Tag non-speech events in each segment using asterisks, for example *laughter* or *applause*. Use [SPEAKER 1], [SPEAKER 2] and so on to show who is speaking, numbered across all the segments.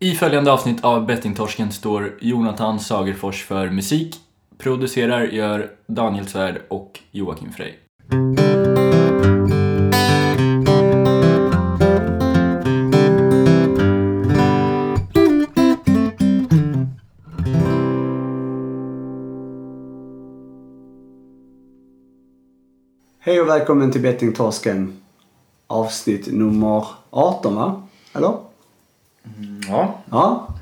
[SPEAKER 1] I följande avsnitt av Bettingtorsken står Jonathan Sagerfors för musik. Producerar gör Daniel Svärd och Joakim Frey.
[SPEAKER 2] Hej och välkommen till Bettingtorsken. Avsnitt nummer 18 va? Eller?
[SPEAKER 1] Ja.
[SPEAKER 2] Ja.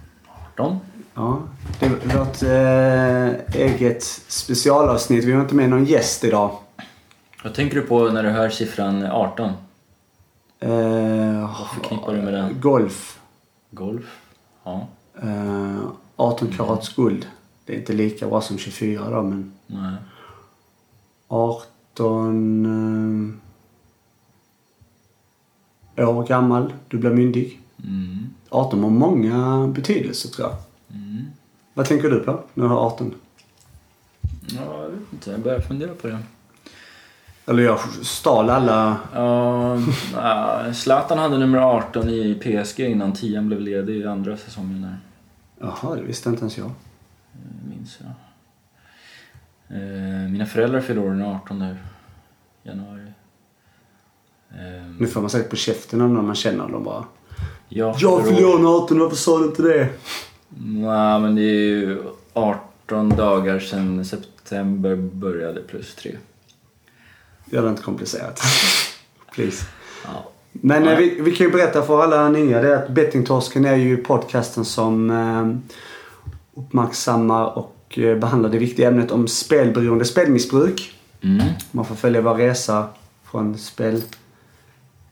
[SPEAKER 1] De.
[SPEAKER 2] ja. Det är vårt eh, eget specialavsnitt. Vi har inte med någon gäst idag.
[SPEAKER 1] Vad tänker du på när du hör siffran 18?
[SPEAKER 2] Eh,
[SPEAKER 1] Förknippar du med den?
[SPEAKER 2] golf.
[SPEAKER 1] Golf? Ja.
[SPEAKER 2] Eh, 18 karats guld. Det är inte lika bra som 24 då men
[SPEAKER 1] Nej.
[SPEAKER 2] 18 eh, år gammal. Du blir myndig.
[SPEAKER 1] Mm.
[SPEAKER 2] 18 har många betydelser tror jag.
[SPEAKER 1] Mm.
[SPEAKER 2] Vad tänker du på när du har 18?
[SPEAKER 1] Ja, jag vet inte. Jag börjar fundera på det.
[SPEAKER 2] Eller jag stal alla...
[SPEAKER 1] Ja, nej, Zlatan hade nummer 18 i PSG innan 10 blev ledig i andra säsongen där.
[SPEAKER 2] Jaha, det visste inte ens jag.
[SPEAKER 1] Eh, Minns jag. Eh, Mina föräldrar fyller år den 18 nu. Januari. Ehm,
[SPEAKER 2] Nu får man säkert på käften av någon man känner. De bara...
[SPEAKER 1] Jag
[SPEAKER 2] Jag
[SPEAKER 1] fyller
[SPEAKER 2] fyller
[SPEAKER 1] år.
[SPEAKER 2] år den 18, varför sa du inte det?
[SPEAKER 1] Nej, men det är ju 18 dagar sedan september började plus 3.
[SPEAKER 2] Gör det inte komplicerat. Please.
[SPEAKER 1] Ja.
[SPEAKER 2] Men eh, vi, vi kan ju berätta för alla nya det är att Bettingtorsken är ju podcasten som eh, uppmärksammar och eh, behandlar det viktiga ämnet om spelberoende, spelmissbruk.
[SPEAKER 1] Mm.
[SPEAKER 2] Man får följa vår resa från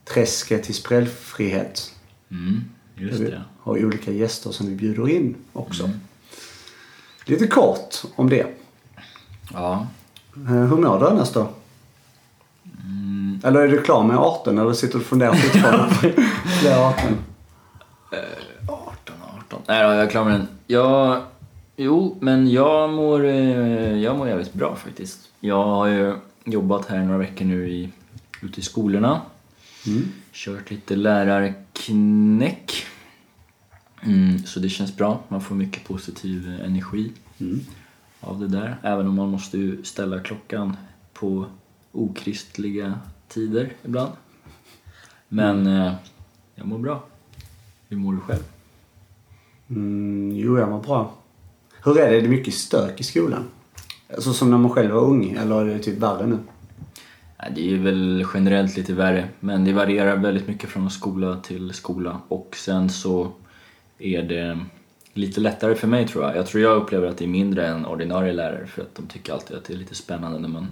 [SPEAKER 2] spelträsket till spelfrihet.
[SPEAKER 1] Mm. Just
[SPEAKER 2] Vi
[SPEAKER 1] det. Mm.
[SPEAKER 2] har olika gäster som vi bjuder in också. Lite kort om det.
[SPEAKER 1] Ja.
[SPEAKER 2] Eh, Hur mår du annars då?
[SPEAKER 1] Mm.
[SPEAKER 2] Eller är du klar med 18 eller sitter du och funderar
[SPEAKER 1] *laughs*
[SPEAKER 2] fortfarande på fler 18?
[SPEAKER 1] 18, 18. Nej då, jag klarar mig den. Jag... Jo, men jag mår, eh, jag mår jävligt bra faktiskt. Jag har ju jobbat här några veckor nu i, ute i skolorna.
[SPEAKER 2] Mm.
[SPEAKER 1] Kört lite lärarknäck. Mm, så det känns bra. Man får mycket positiv eh, energi
[SPEAKER 2] Mm.
[SPEAKER 1] av det där. Även om man måste ju ställa klockan på okristliga tider ibland. Men eh, jag mår bra. Hur mår du själv?
[SPEAKER 2] Mm, jo, jag mår bra. Hur är det? Är det mycket stök i skolan? Alltså som när man själv var ung, eller är det typ värre nu?
[SPEAKER 1] Nej, Det är väl generellt lite värre, men det varierar väldigt mycket från skola till skola. Och sen så är det lite lättare för mig tror jag. Jag tror jag upplever att det är mindre än ordinarie lärare för att de tycker alltid att det är lite spännande när man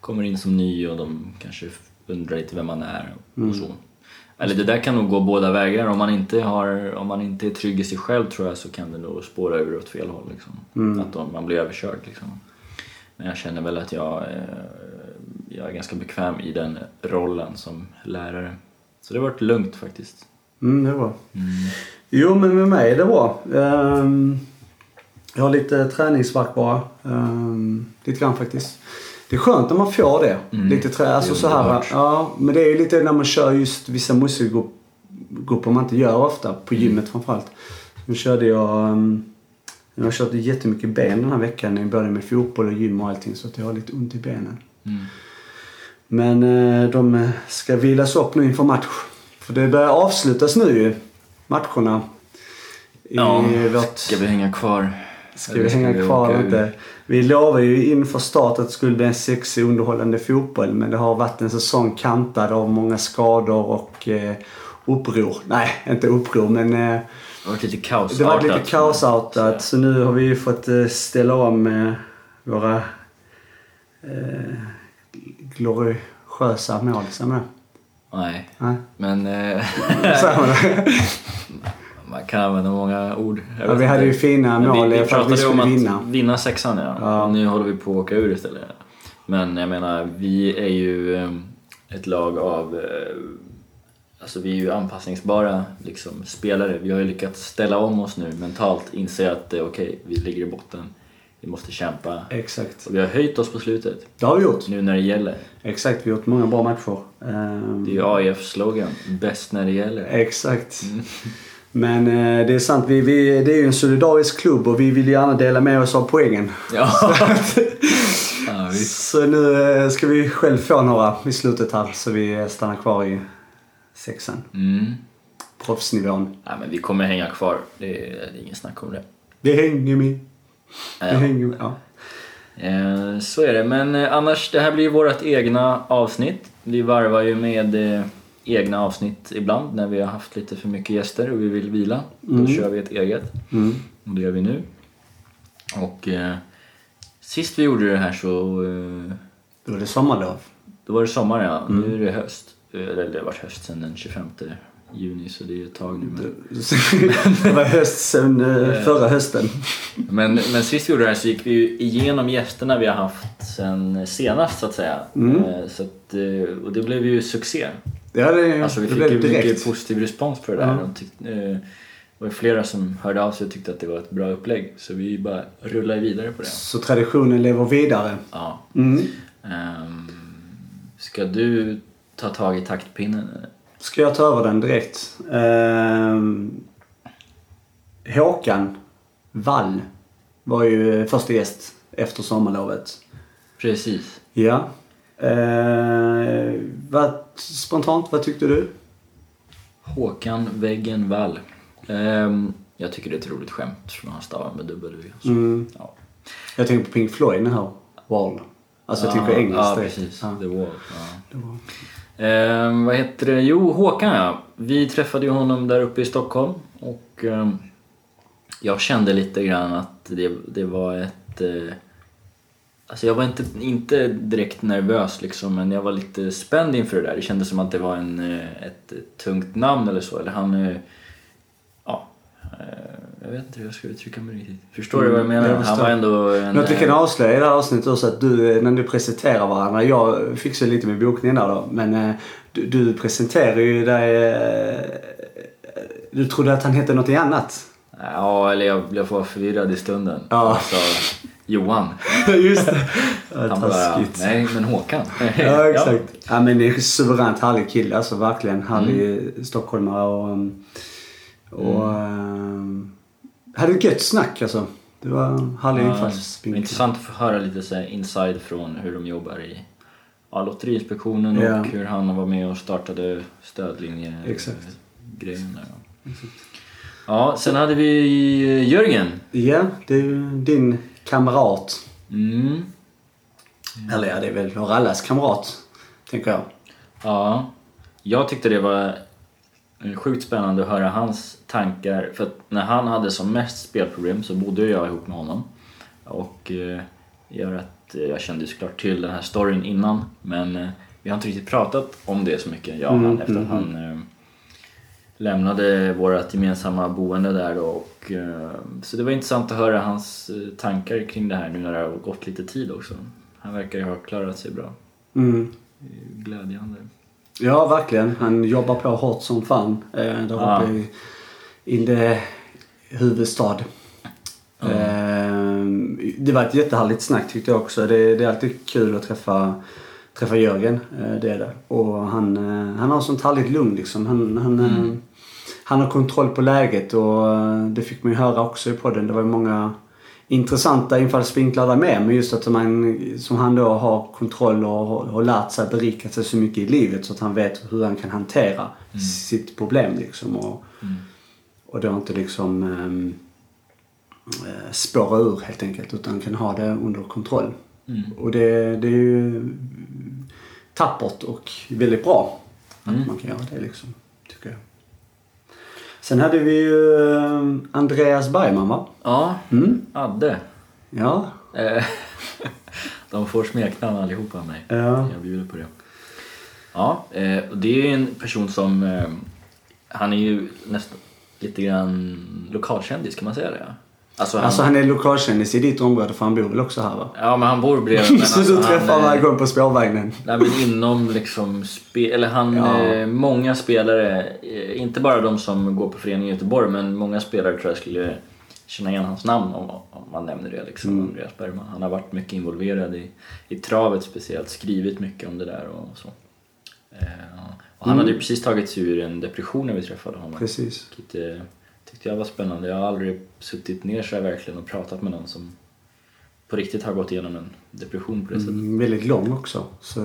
[SPEAKER 1] kommer in som ny och de kanske undrar lite vem man är och så. Eller det där kan nog gå båda vägar. Om man, inte har, om man inte är trygg i sig själv tror jag så kan det nog spåra ur åt fel håll. Liksom.
[SPEAKER 2] Mm.
[SPEAKER 1] Att de, man blir överkörd liksom. Men jag känner väl att jag, eh, jag är ganska bekväm i den rollen som lärare. Så det har varit lugnt faktiskt.
[SPEAKER 2] Mm, det är bra. Jo, men med mig är det bra. Ehm, jag har lite träningsvärk bara. Um, lite grann faktiskt. Det är skönt när man får det. Lite trä, alltså
[SPEAKER 1] Mm. Det är
[SPEAKER 2] så här.
[SPEAKER 1] underbart.
[SPEAKER 2] Ja, men det är ju lite när man kör just vissa muskelgrupper man inte gör ofta. På
[SPEAKER 1] Mm.
[SPEAKER 2] gymmet framförallt. Nu körde jag... ehm, jag har kört jättemycket ben den här veckan. Både med fotboll och gym och allting. Så att jag har lite ont i benen.
[SPEAKER 1] Mm.
[SPEAKER 2] Men eh, de ska vilas upp nu inför match. För det börjar avslutas nu ju, matcherna. I
[SPEAKER 1] Ja,
[SPEAKER 2] vårt...
[SPEAKER 1] Ska vi hänga kvar?
[SPEAKER 2] Ska vi hänga kvar eller inte? Vi lovar ju inför start att det skulle bli en sexig underhållande fotboll. Men det har varit en säsong kantad av många skador och eh, uppror. Nej, inte uppror men eh,
[SPEAKER 1] Det har varit lite kaosartat.
[SPEAKER 2] det var lite kaosartat. Så nu har vi ju fått eh, ställa om eh, våra eh, gloriösa mål. Säger man det?
[SPEAKER 1] Nej,
[SPEAKER 2] Nej.
[SPEAKER 1] men eh, *laughs*
[SPEAKER 2] Säger man det?
[SPEAKER 1] man kan använda många ord. Jag
[SPEAKER 2] Ja,
[SPEAKER 1] vet
[SPEAKER 2] vi hade
[SPEAKER 1] inte.
[SPEAKER 2] ju fina
[SPEAKER 1] Men
[SPEAKER 2] mål
[SPEAKER 1] vi, vi
[SPEAKER 2] för att vi
[SPEAKER 1] pratade om
[SPEAKER 2] skulle
[SPEAKER 1] att
[SPEAKER 2] vinna.
[SPEAKER 1] vinna sexan ja.
[SPEAKER 2] Ja.
[SPEAKER 1] Och nu håller vi på att åka ur istället. Men jag menar, vi är ju eh, ett lag av... eh, Alltså vi är ju anpassningsbara liksom, spelare. Vi har ju lyckats ställa om oss nu mentalt. Inse att eh, okej, vi ligger i botten. Vi måste kämpa.
[SPEAKER 2] Exakt.
[SPEAKER 1] Och vi har höjt oss på slutet.
[SPEAKER 2] Det har vi gjort.
[SPEAKER 1] Nu när det gäller.
[SPEAKER 2] Exakt, vi har gjort många bra matcher. Ehm,
[SPEAKER 1] E Det är ju AIF-slogan. Bäst när det gäller.
[SPEAKER 2] Exakt. Men eh, det är sant, vi, vi, det är ju en solidarisk klubb och vi vill gärna dela med oss av poängen.
[SPEAKER 1] Ja, ja visst.
[SPEAKER 2] Så nu eh, ska vi själv få några i slutet här så vi eh, stannar kvar i sexan.
[SPEAKER 1] *laughs* Mm.
[SPEAKER 2] Proffsnivån.
[SPEAKER 1] Nej, men vi kommer hänga kvar. Det är, det är ingen snack om det.
[SPEAKER 2] Det hänger med.
[SPEAKER 1] Ja.
[SPEAKER 2] Det hänger med. Ja.
[SPEAKER 1] Eh, Så är det, men eh, annars det här blir ju vårt egna avsnitt. Vi varvar ju med eh, egna avsnitt ibland när vi har haft lite för mycket gäster och vi vill vila. Då kör vi ett eget.
[SPEAKER 2] Mm.
[SPEAKER 1] Och det gör vi nu. Och eh, sist vi gjorde det här så eh,
[SPEAKER 2] Då är det sommarlov.
[SPEAKER 1] då var det sommar ja. Nu är det höst. Eh, Eller det har varit höst sedan den 25 juni så det är ju ett tag nu. Men...
[SPEAKER 2] *laughs* det var höst sen eh, förra hösten.
[SPEAKER 1] Men, men sist vi gjorde det här så gick vi ju igenom gästerna vi har haft sen senast så att säga.
[SPEAKER 2] Mm.
[SPEAKER 1] Eh, Så att, eh, och det blev ju succé.
[SPEAKER 2] Ja, det,
[SPEAKER 1] Alltså vi
[SPEAKER 2] det
[SPEAKER 1] fick
[SPEAKER 2] blev
[SPEAKER 1] ju mycket
[SPEAKER 2] direkt.
[SPEAKER 1] positiv respons på det där. De tyckte, eh, det var ju flera som hörde av sig och tyckte att det var ett bra upplägg. Så vi bara rullade vidare på det.
[SPEAKER 2] Så traditionen lever vidare.
[SPEAKER 1] Ja.
[SPEAKER 2] Mm.
[SPEAKER 1] Ehm, ska du ta tag i taktpinnen? eller?
[SPEAKER 2] Ska jag ta över den direkt? Ehm, Håkan Wall var ju första gäst efter sommarlovet.
[SPEAKER 1] Precis.
[SPEAKER 2] Ja. Eh, vad, spontant, vad tyckte du?
[SPEAKER 1] Håkan Väggen Wall. Ehm, jag tycker det är ett roligt skämt som han stavar med W. Så,
[SPEAKER 2] Mm.
[SPEAKER 1] ja.
[SPEAKER 2] Jag tänker på Pink Floyd den här. Wall. Alltså jag tänker på engelskt
[SPEAKER 1] Ja,
[SPEAKER 2] direkt.
[SPEAKER 1] precis.
[SPEAKER 2] Ja.
[SPEAKER 1] The Wall. Ja. Ehm, vad heter det? Jo, Håkan ja. Vi träffade ju honom där uppe i Stockholm och ehm, jag kände lite grann att det, det var ett... Eh, alltså jag var inte, inte direkt nervös liksom men jag var lite spänd inför det där. Det kändes som att det var en, eh, ett tungt namn eller så. Eller han... eh, Ja. eh, Jag vet inte hur jag ska uttrycka mig riktigt. Förstår du vad jag
[SPEAKER 2] Mm,
[SPEAKER 1] menar?
[SPEAKER 2] jag
[SPEAKER 1] han
[SPEAKER 2] förstår.
[SPEAKER 1] var ändå en...
[SPEAKER 2] Något vi kan
[SPEAKER 1] eh,
[SPEAKER 2] avslöja i det här avsnittet också att du, eh, när du presenterar varandra, jag fixar lite med bokningen där då, men eh, du, du presenterar ju dig... eh, Du trodde att han hette
[SPEAKER 1] *laughs*
[SPEAKER 2] något annat.
[SPEAKER 1] Ja, eller jag blev för förvirrad i stunden.
[SPEAKER 2] Ja.
[SPEAKER 1] Alltså, Johan.
[SPEAKER 2] Just det. Ja,
[SPEAKER 1] Han bara,
[SPEAKER 2] Taskigt.
[SPEAKER 1] nej men Håkan.
[SPEAKER 2] Ja, exakt. Ja, men det är en suveränt härlig kille alltså verkligen. Härlig
[SPEAKER 1] Mm.
[SPEAKER 2] stockholmare och... um, och um, hade ett gött snack alltså. Det var en härlig
[SPEAKER 1] Mm. Ja, det är
[SPEAKER 2] infallsvinkel.
[SPEAKER 1] intressant att få höra lite så här inside från hur de jobbar i ja, Lotteriinspektionen
[SPEAKER 2] Ja.
[SPEAKER 1] och hur han var med och startade stödlinje
[SPEAKER 2] Exakt.
[SPEAKER 1] grejen där. Ja, sen hade vi Jörgen.
[SPEAKER 2] Ja, det är ju din kamrat.
[SPEAKER 1] Mm.
[SPEAKER 2] Eller ja, det är väl vår allas kamrat, tänker jag.
[SPEAKER 1] Ja, jag tyckte det var eh, sjukt spännande att höra hans tankar. För att när han hade som mest spelproblem så bodde jag ihop med honom. Och eh, gör att eh, jag kände ju såklart till den här storyn innan. Men eh, vi har inte riktigt pratat om det så mycket, jag och han, efter att han eh, lämnade vårt gemensamma boende där. Då, och, eh, så det var intressant att höra hans eh, tankar kring det här nu när det har gått lite tid också. Han verkar ju ha klarat sig bra.
[SPEAKER 2] Mm.
[SPEAKER 1] Det är ju Glädjande.
[SPEAKER 2] Ja, verkligen. Han jobbar på hårt som fan eh, där
[SPEAKER 1] Ja.
[SPEAKER 2] uppe i, i det huvudstad. Eh, det var ett jättehärligt snack tyckte jag också. Det, det är alltid kul att träffa, träffa Jörgen. Eh, det är det. Och han, eh, han har sånt härligt lugn liksom. Han, han, eh, han har kontroll på läget och eh, det fick man ju höra också i podden. Det var ju många intressanta infallsvinklar där med. Men just att man, som han då har kontroll och har, har lärt sig, berikat sig så mycket i livet så att han vet hur han kan hantera sitt problem liksom. Och,
[SPEAKER 1] Mm.
[SPEAKER 2] och då inte liksom ehm, eh, spåra ur helt enkelt utan kan ha det under kontroll.
[SPEAKER 1] Mm.
[SPEAKER 2] Och det, det är ju tappert och väldigt bra att
[SPEAKER 1] Mm.
[SPEAKER 2] man kan göra det liksom, tycker jag. Sen hade vi ju eh, Andreas Bergman va?
[SPEAKER 1] Ja,
[SPEAKER 2] Mm.
[SPEAKER 1] Adde.
[SPEAKER 2] Ja.
[SPEAKER 1] Eh, *laughs* De får smeknamn allihopa av mig.
[SPEAKER 2] Ja.
[SPEAKER 1] Jag bjuder på det. Ja, eh, och det är ju en person som... eh, Han är ju nästan lite grann lokalkändis, kan man säga det? Alltså han,
[SPEAKER 2] Alltså han är lokalkändis i ditt område för han bor väl också här va?
[SPEAKER 1] Ja, men han bor bredvid. men
[SPEAKER 2] *laughs* Så
[SPEAKER 1] alltså
[SPEAKER 2] du
[SPEAKER 1] han,
[SPEAKER 2] träffar
[SPEAKER 1] eh,
[SPEAKER 2] varje gång på spårvagnen.
[SPEAKER 1] Nej men inom liksom spel, eller han,
[SPEAKER 2] Ja.
[SPEAKER 1] eh, många spelare, eh, inte bara de som går på föreningen i Göteborg men många spelare tror jag skulle känna igen hans namn om, om man nämner det liksom,
[SPEAKER 2] Mm.
[SPEAKER 1] Andreas Bergman. Han har varit mycket involverad i, i travet speciellt, skrivit mycket om det där och så. Eh, och han hade ju precis tagit sig ur en depression när vi träffade honom.
[SPEAKER 2] Mm. Precis.
[SPEAKER 1] Vilket, eh, tyckte jag var spännande. Jag har aldrig suttit ner så här verkligen och pratat med någon som på riktigt har gått igenom en depression på det sättet.
[SPEAKER 2] Mm, väldigt lång också. Så,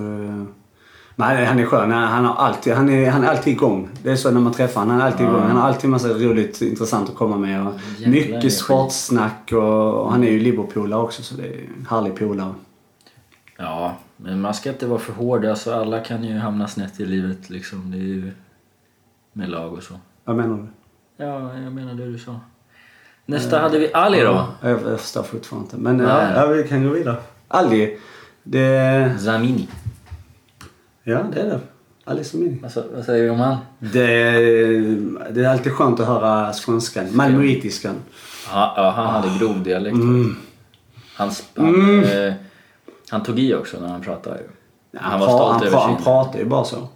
[SPEAKER 2] nej, han är skön. Han, han, har alltid, han, är, han är alltid igång. Det är så när man träffar honom. Han är alltid igång. Han har alltid massa roligt intressant att komma med. Och
[SPEAKER 1] Jäkla energi.
[SPEAKER 2] mycket sportsnack och, och han är ju Liverpoolare också så det är en härlig polare.
[SPEAKER 1] Ja, men man ska inte vara för hård. Alltså, alla kan ju hamna snett i livet liksom. Det är ju med lag och så.
[SPEAKER 2] Vad menar du?
[SPEAKER 1] Ja, jag menar det du sa. Eh, Nästa hade vi Ali då.
[SPEAKER 2] Jag, jag förstår fortfarande inte. Men
[SPEAKER 1] Nej.
[SPEAKER 2] ja, ja, vi kan gå vidare. Ali. Det...
[SPEAKER 1] Zamini.
[SPEAKER 2] Ja, det är det. Ali Samini.
[SPEAKER 1] Alltså, vad säger du om han?
[SPEAKER 2] Det, det är alltid skönt att höra skånskan. Malmöitiskan.
[SPEAKER 1] Ja, ja, han hade grov dialekt. Han, sp- han, eh, han tog i också när han pratade. ju. Han var
[SPEAKER 2] pra-
[SPEAKER 1] stolt
[SPEAKER 2] han,
[SPEAKER 1] över
[SPEAKER 2] pra- Han
[SPEAKER 1] sin...
[SPEAKER 2] pratar ju bara så.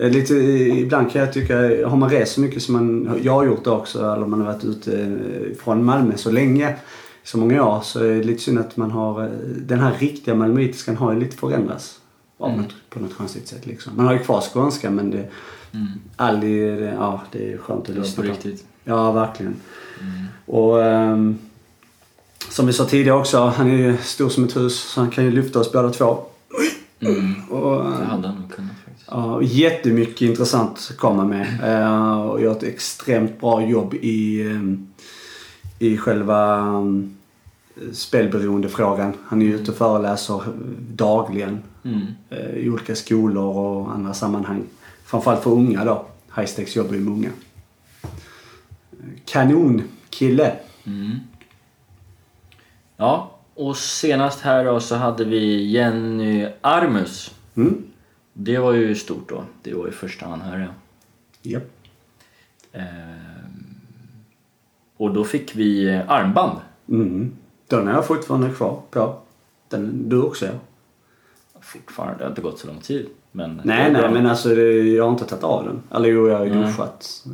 [SPEAKER 2] Eh, Lite, eh, ibland kan jag tycka, eh, har man rest så mycket som man, jag har gjort det också, eller man har varit ute eh, från Malmö så länge, så många år, så är det lite synd att man har, eh, den här riktiga malmöitiskan har ju lite förändrats. Av
[SPEAKER 1] Mm.
[SPEAKER 2] något, på något konstigt sätt liksom. Man har ju kvar skånskan men det, all i, det, ja det är skönt att
[SPEAKER 1] Mm. Det var på
[SPEAKER 2] lyssna på.
[SPEAKER 1] riktigt. Mm.
[SPEAKER 2] Ja, verkligen. Och ehm, som vi sa tidigare också, han är ju stor som ett hus så han kan ju lyfta oss båda två. Och,
[SPEAKER 1] Det hade han nog kunnat faktiskt.
[SPEAKER 2] Ja, jättemycket intressant att komma med. Eh, och gör ett extremt bra jobb i, eh, i själva um, spelberoendefrågan. Han är ju ute och föreläser dagligen
[SPEAKER 1] Mm.
[SPEAKER 2] eh, i olika skolor och andra sammanhang. Framförallt för unga då. High Stakes jobbar ju med unga. Kanon kille.
[SPEAKER 1] Mm. Ja, och senast här då så hade vi Jenny Armus.
[SPEAKER 2] Mm.
[SPEAKER 1] Det var ju stort då. Det var ju första anhöriga.
[SPEAKER 2] Japp.
[SPEAKER 1] Ehm, och då fick vi eh, armband.
[SPEAKER 2] Mm. Den har jag fortfarande kvar på. Den, du också ja.
[SPEAKER 1] Fortfarande, det har inte gått så lång tid. Men
[SPEAKER 2] Nej, nej, men alltså det, jag har inte tagit av den. Eller jo, jag har ju duschat.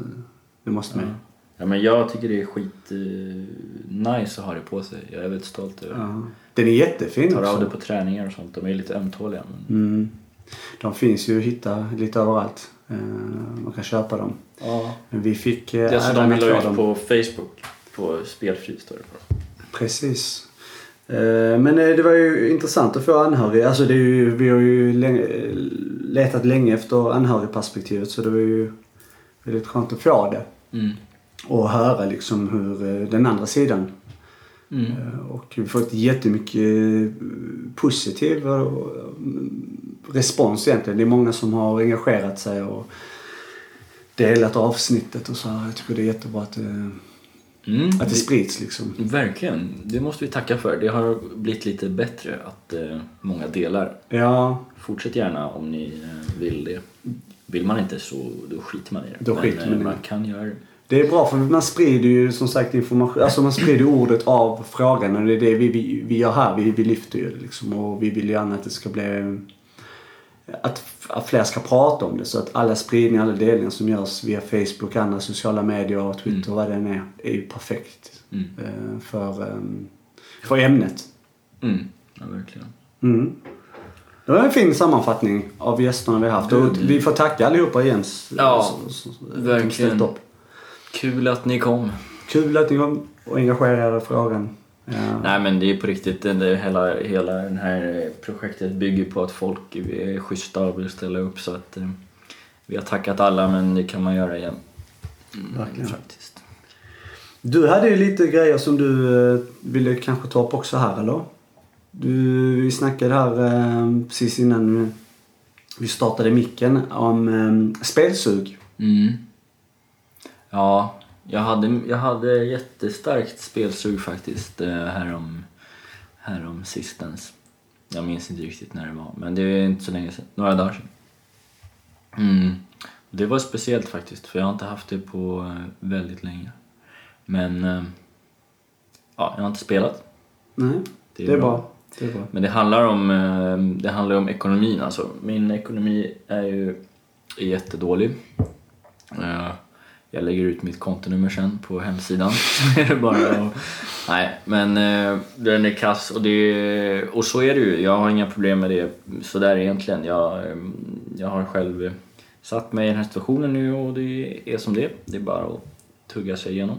[SPEAKER 2] Det måste man ju.
[SPEAKER 1] Ja, men jag tycker det är skit eh, nice att ha det på sig. Jag är väldigt stolt över det.
[SPEAKER 2] Ja. Den är jättefin
[SPEAKER 1] Tar av det
[SPEAKER 2] också.
[SPEAKER 1] på träningar och sånt. De är lite ömtåliga. Men...
[SPEAKER 2] Mm. De finns ju att hitta lite överallt. Eh, Man kan köpa dem.
[SPEAKER 1] Ja.
[SPEAKER 2] Men vi fick...
[SPEAKER 1] Det är
[SPEAKER 2] eh,
[SPEAKER 1] alltså
[SPEAKER 2] äran
[SPEAKER 1] de vi
[SPEAKER 2] att
[SPEAKER 1] la
[SPEAKER 2] få
[SPEAKER 1] ut på Facebook. På spelfri står det på.
[SPEAKER 2] Precis. Eh, Men eh, det var ju intressant att få anhöriga. Alltså det är ju, vi har ju länge, letat länge efter anhörigperspektivet så det var ju väldigt skönt att få det.
[SPEAKER 1] Mm.
[SPEAKER 2] Och höra liksom hur eh, den andra sidan
[SPEAKER 1] Mm.
[SPEAKER 2] Eh, Och vi har fått jättemycket eh, positiv eh, respons egentligen. Det är många som har engagerat sig och delat avsnittet och så här. Jag tycker det är jättebra att, eh,
[SPEAKER 1] Mm.
[SPEAKER 2] att det sprids liksom.
[SPEAKER 1] Verkligen. Det måste vi tacka för. Det har blivit lite bättre att eh, många delar.
[SPEAKER 2] Ja,
[SPEAKER 1] Fortsätt gärna om ni eh, vill det. Vill man inte så då skiter man i det.
[SPEAKER 2] Då skiter man i
[SPEAKER 1] eh,
[SPEAKER 2] det.
[SPEAKER 1] man kan göra det.
[SPEAKER 2] det är bra för man sprider ju som sagt information. Alltså man sprider ordet av frågan och det är det vi, vi, vi gör här. Vi, vi lyfter ju det liksom och vi vill gärna att det ska bli att, att fler ska prata om det så att alla spridningar, alla delningar som görs via Facebook, andra sociala medier, och Twitter och vad det än är, är ju perfekt
[SPEAKER 1] Mm.
[SPEAKER 2] eh, för, eh, för ämnet.
[SPEAKER 1] Mm. Ja, verkligen.
[SPEAKER 2] Mm. Det var en fin sammanfattning av gästerna vi har haft. Och vi får tacka allihopa igen. s-
[SPEAKER 1] Ja,
[SPEAKER 2] s- s- s- att de
[SPEAKER 1] verkligen.
[SPEAKER 2] ställt upp.
[SPEAKER 1] Kul att ni kom.
[SPEAKER 2] Kul att ni kom och engagerade er i frågan. Ja.
[SPEAKER 1] Nej men det är på riktigt, det, det, hela, hela det här eh, projektet bygger på att folk är schyssta och vill ställa upp så att eh, vi har tackat alla men det kan man göra igen.
[SPEAKER 2] Mm. Verkligen.
[SPEAKER 1] Faktiskt.
[SPEAKER 2] Du hade ju lite grejer som du eh, ville kanske ta upp också här eller? Du, vi snackade här eh, precis innan vi startade micken om eh, spelsug.
[SPEAKER 1] Mm. Ja, jag hade, jag hade jättestarkt spelsug faktiskt eh, härom, härom sistens. Jag minns inte riktigt när det var, men det är inte så länge sedan. Några dagar sedan. Mm. Det var speciellt faktiskt, för jag har inte haft det på eh, väldigt länge. Men eh, ja, jag har inte spelat.
[SPEAKER 2] Nej, det är, bra. Det är bra.
[SPEAKER 1] Men det handlar om, eh, det handlar om ekonomin alltså. Min ekonomi är ju är jättedålig. Eh, Jag lägger ut mitt kontonummer sen på hemsidan. *laughs* Så är det bara att- Nej, men eh, den är kass och, det, och så är det ju. Jag har inga problem med det sådär egentligen. Jag, eh, jag har själv eh, satt mig i den här situationen nu och det är som det är. Det är bara att tugga sig igenom.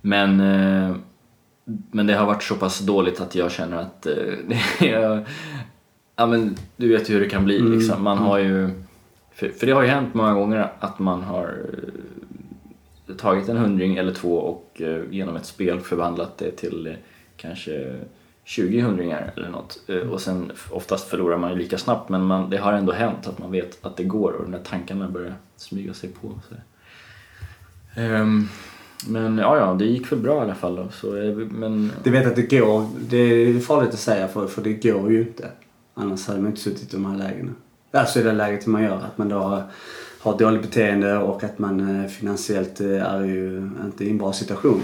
[SPEAKER 1] Men, eh, men det har varit så pass dåligt att jag känner att eh, *laughs* det är, ja, men du vet ju hur det kan bli. Liksom. Man har ju, för, för det har ju hänt många gånger att man har eh, tagit en hundring eller två och eh, genom ett spel förvandlat det till eh, kanske 20 hundringar eller något. Eh, och sen f- oftast förlorar man ju lika snabbt men man, det har ändå hänt att man vet att det går och de där tankarna börjar smyga sig på. Så. Ehm, men ja, ja, det gick väl bra i alla fall. Då, så, eh, men,
[SPEAKER 2] Du vet att det går. Det är farligt att säga för, för det går ju inte. Annars hade man inte suttit i de här lägena. Alltså i det läget man gör. Att man då har ett dåligt beteende och att man eh, finansiellt eh, är ju inte i en bra situation.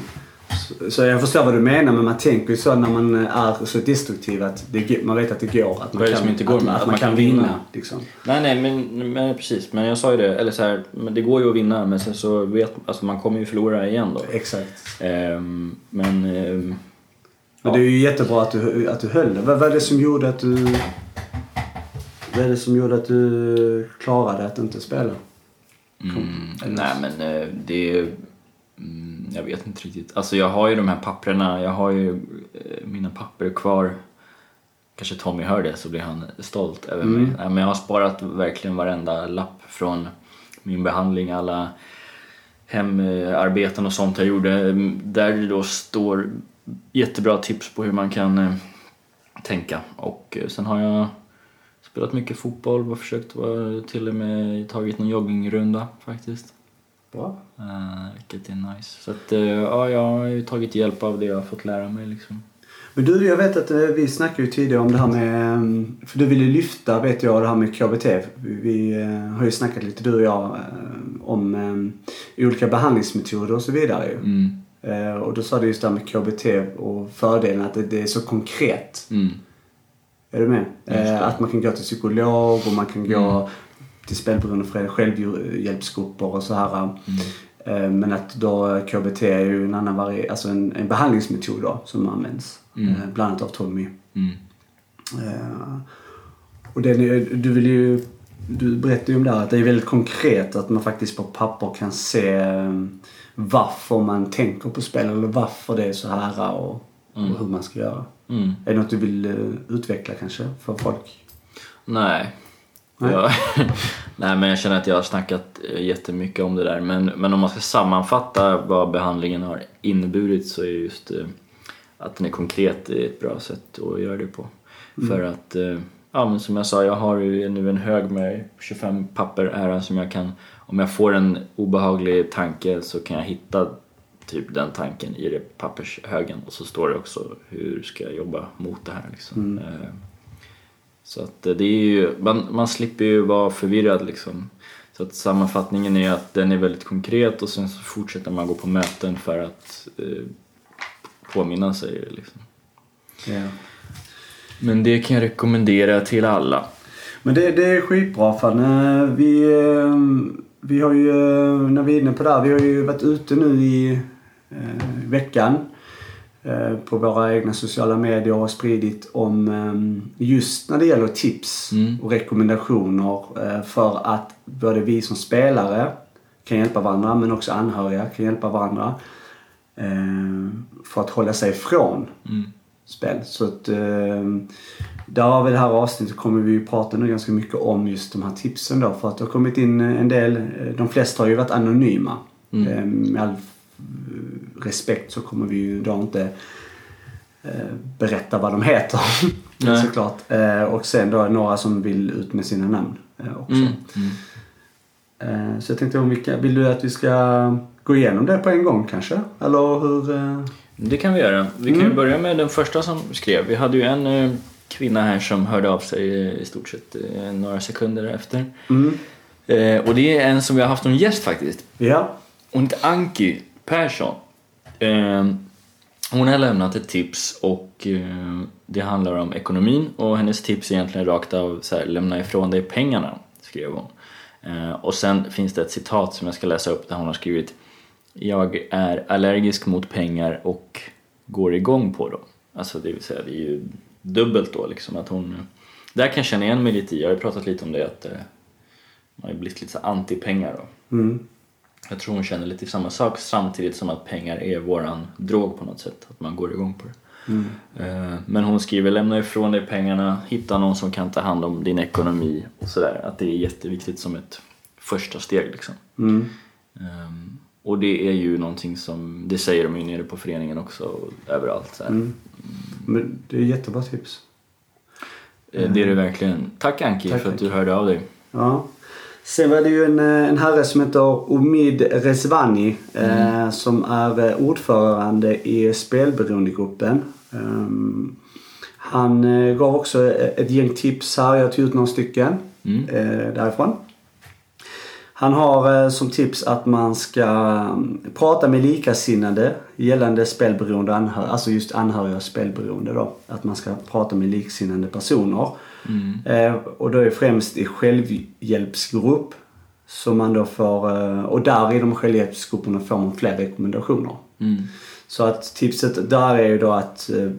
[SPEAKER 2] Så, så jag förstår vad du menar men man tänker ju så när man eh, är så destruktiv att det, g- man vet att det går. Att man
[SPEAKER 1] Vad är det
[SPEAKER 2] kan,
[SPEAKER 1] som inte går?
[SPEAKER 2] att, man, att man kan vinna. Liksom.
[SPEAKER 1] Nej, nej, men, men precis. Men jag sa ju det. Eller så här, men det går ju att vinna men sen så vet alltså, man kommer ju förlora igen då.
[SPEAKER 2] Exakt.
[SPEAKER 1] Ehm, men ehm,
[SPEAKER 2] Men det är ju jättebra att du, att du höll det. Vad, vad är det som gjorde att du... Vad är det som gjorde att du klarade att inte spela?
[SPEAKER 1] Mm, nej men eh, det... Mm, jag vet inte riktigt. Alltså jag har ju de här papprena, jag har ju eh, mina papper kvar. Kanske Tommy hör det så blir han stolt över mig. Nej, men jag har sparat verkligen varenda lapp från min behandling, alla hemarbeten och sånt jag gjorde. Mm, Där det då står jättebra tips på hur man kan eh, tänka. Och eh, sen har jag spelat mycket fotboll och försökt vara till och med tagit någon joggingrunda faktiskt.
[SPEAKER 2] Bra.
[SPEAKER 1] Uh, vilket är nice. Så att, eh, ja, jag har ju tagit hjälp av det jag har fått lära mig liksom.
[SPEAKER 2] Men du, jag vet att eh, vi snackade ju tidigare om det här med... eh, För du ville lyfta, vet jag, det här med KBT. Vi, vi eh, har ju snackat lite, du och jag, eh, om eh, olika behandlingsmetoder och så vidare ju.
[SPEAKER 1] Mm.
[SPEAKER 2] Eh, Och då sa du just det här med KBT och fördelen att det, det är så konkret.
[SPEAKER 1] Mm.
[SPEAKER 2] Är du med?
[SPEAKER 1] Just det. Mm.
[SPEAKER 2] Eh, att man kan gå till psykolog och man kan gå till spelberoendeföreningar, självhjälpsgrupper och så här.
[SPEAKER 1] Mm.
[SPEAKER 2] Eh, men att då eh, KBT är ju en annan vari- alltså en, en behandlingsmetod då, som används. Eh, bland annat av Tommy.
[SPEAKER 1] Mm.
[SPEAKER 2] Eh, och den är, du vill ju, du berättade ju om det här att det är väldigt konkret att man faktiskt på papper kan se eh, varför man tänker på spel eller varför det är så här och, och hur man ska göra.
[SPEAKER 1] Mm.
[SPEAKER 2] Är det något du vill eh, utveckla kanske för folk?
[SPEAKER 1] Nej.
[SPEAKER 2] Nej.
[SPEAKER 1] Jag, *laughs* nej men jag känner att jag har snackat eh, jättemycket om det där. Men, men om man ska sammanfatta vad behandlingen har inneburit så är just eh, att den är konkret är ett bra sätt att göra det på. För att, eh, ja men som jag sa, jag har ju nu en hög med 25 papper här som jag kan, om jag får en obehaglig tanke så kan jag hitta typ den tanken i det pappershögen och så står det också hur ska jag jobba mot det här liksom. Eh, så att eh, det är ju, man, man slipper ju vara förvirrad liksom. Så att sammanfattningen är att den är väldigt konkret och sen så fortsätter man gå på möten för att eh, påminna sig det, liksom.
[SPEAKER 2] Ja.
[SPEAKER 1] Men det kan jag rekommendera till alla.
[SPEAKER 2] Men det, det är skitbra fan. Eh, Vi, eh, vi har ju, eh, när vi är inne på det här, vi har ju varit ute nu i eh, veckan eh, på våra egna sociala medier och spridit om eh, just när det gäller tips
[SPEAKER 1] Mm.
[SPEAKER 2] och rekommendationer eh, för att både vi som spelare kan hjälpa varandra men också anhöriga kan hjälpa varandra eh, för att hålla sig ifrån
[SPEAKER 1] Mm.
[SPEAKER 2] spel. Så att, eh, där har vi det här avsnittet kommer vi ju prata nu ganska mycket om just de här tipsen då. För att det har kommit in en del, eh, de flesta har ju varit anonyma. Eh, med all eh, respekt så kommer vi ju då inte eh, berätta vad de heter. *laughs*
[SPEAKER 1] Nej.
[SPEAKER 2] Såklart. Eh, och sen då är det några som vill ut med sina namn eh, också. Eh, så jag tänkte om vi kan, vill du att vi ska gå igenom det på en gång kanske? Eller hur? Eh?
[SPEAKER 1] Det kan vi göra. Vi kan ju börja med den första som skrev. Vi hade ju en eh, kvinna här som hörde av sig eh, i stort sett eh, några sekunder efter.
[SPEAKER 2] Mm.
[SPEAKER 1] Eh, och det är en som vi har haft som gäst faktiskt.
[SPEAKER 2] Ja.
[SPEAKER 1] Hon heter Anki Persson. Eh, hon har lämnat ett tips och eh, det handlar om ekonomin och hennes tips är egentligen rakt av så här, lämna ifrån dig pengarna, skrev hon. Eh, och sen finns det ett citat som jag ska läsa upp där hon har skrivit Jag är allergisk mot pengar och går igång på dem. Alltså det vill säga, det är ju dubbelt då liksom att hon... Där kan jag känna igen mig lite i, jag har ju pratat lite om det att eh, man har ju blivit lite så här anti-pengar då.
[SPEAKER 2] Mm.
[SPEAKER 1] Jag tror hon känner lite samma sak samtidigt som att pengar är våran drog på något sätt. Att man går igång på det.
[SPEAKER 2] Mm.
[SPEAKER 1] Eh, Men hon skriver lämna ifrån dig pengarna, hitta någon som kan ta hand om din ekonomi och sådär. Att det är jätteviktigt som ett första steg liksom.
[SPEAKER 2] Mm.
[SPEAKER 1] Ehm, och det är ju någonting som, det säger de ju nere på föreningen också och överallt. Så här.
[SPEAKER 2] Mm. Men det är jättebra tips.
[SPEAKER 1] Eh, Det är det verkligen. Tack Anki
[SPEAKER 2] Tack,
[SPEAKER 1] för att du hörde av dig.
[SPEAKER 2] Ja. Sen var det ju en, eh, en herre som heter Omid Rezvani eh, som är eh, ordförande i spelberoendegruppen. Ehm, han eh, gav också ett, ett gäng tips här. Jag tog ut några stycken
[SPEAKER 1] Mm.
[SPEAKER 2] eh, därifrån. Han har eh, som tips att man ska mm, prata med likasinnade gällande spelberoende anhöriga, alltså just anhöriga spelberoende då. Att man ska prata med liksinnande personer. Eh, och då är främst i självhjälpsgrupp. Så man då får, eh, och där i de självhjälpsgrupperna får man fler rekommendationer.
[SPEAKER 1] Mm.
[SPEAKER 2] Så att tipset där är ju då att, eh,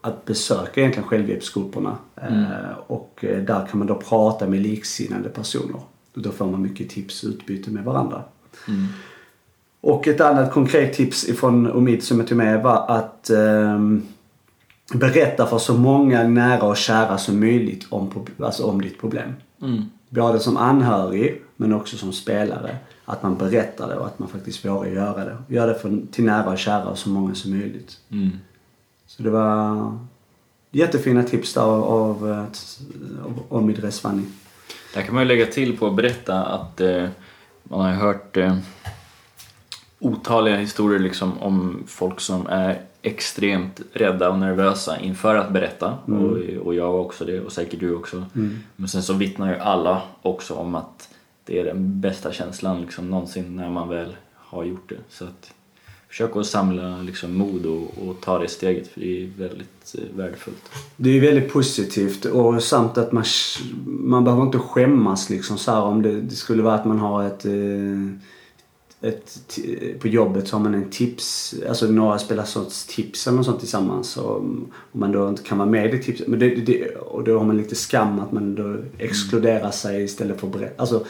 [SPEAKER 2] att besöka egentligen självhjälpsgrupperna. Eh, Och eh, där kan man då prata med liksinnade personer. Då får man mycket tips och utbyte med varandra. Och ett annat konkret tips ifrån Omid som jag tog med var att ehm, berätta för så många nära och kära som möjligt om, prob- alltså om ditt problem.
[SPEAKER 1] Mm.
[SPEAKER 2] Både som anhörig men också som spelare. Att man berättar det och att man faktiskt vågar göra det. Gör det för, till nära och kära och så många som möjligt.
[SPEAKER 1] Mm.
[SPEAKER 2] Så det var jättefina tips där av, av, eh, av Omid Resvani.
[SPEAKER 1] Där kan man ju lägga till på att berätta att eh, man har ju hört eh, otaliga historier liksom om folk som är extremt rädda och nervösa inför att berätta. Och, och jag var också det och säkert du också. Men sen så vittnar ju alla också om att det är den bästa känslan liksom någonsin när man väl har gjort det. Så att försök att samla liksom mod och, och ta det steget för det är väldigt eh, värdefullt.
[SPEAKER 2] Det är väldigt positivt och samt att man, man behöver inte skämmas liksom så här om det, det skulle vara att man har ett, eh, ett ti- på jobbet så har man en tips, alltså några spelar sorts tips eller något sånt tillsammans och om man då inte kan vara med i det tipset men det, det, och då har man lite skam att man då exkluderar sig istället för att berätta. Alltså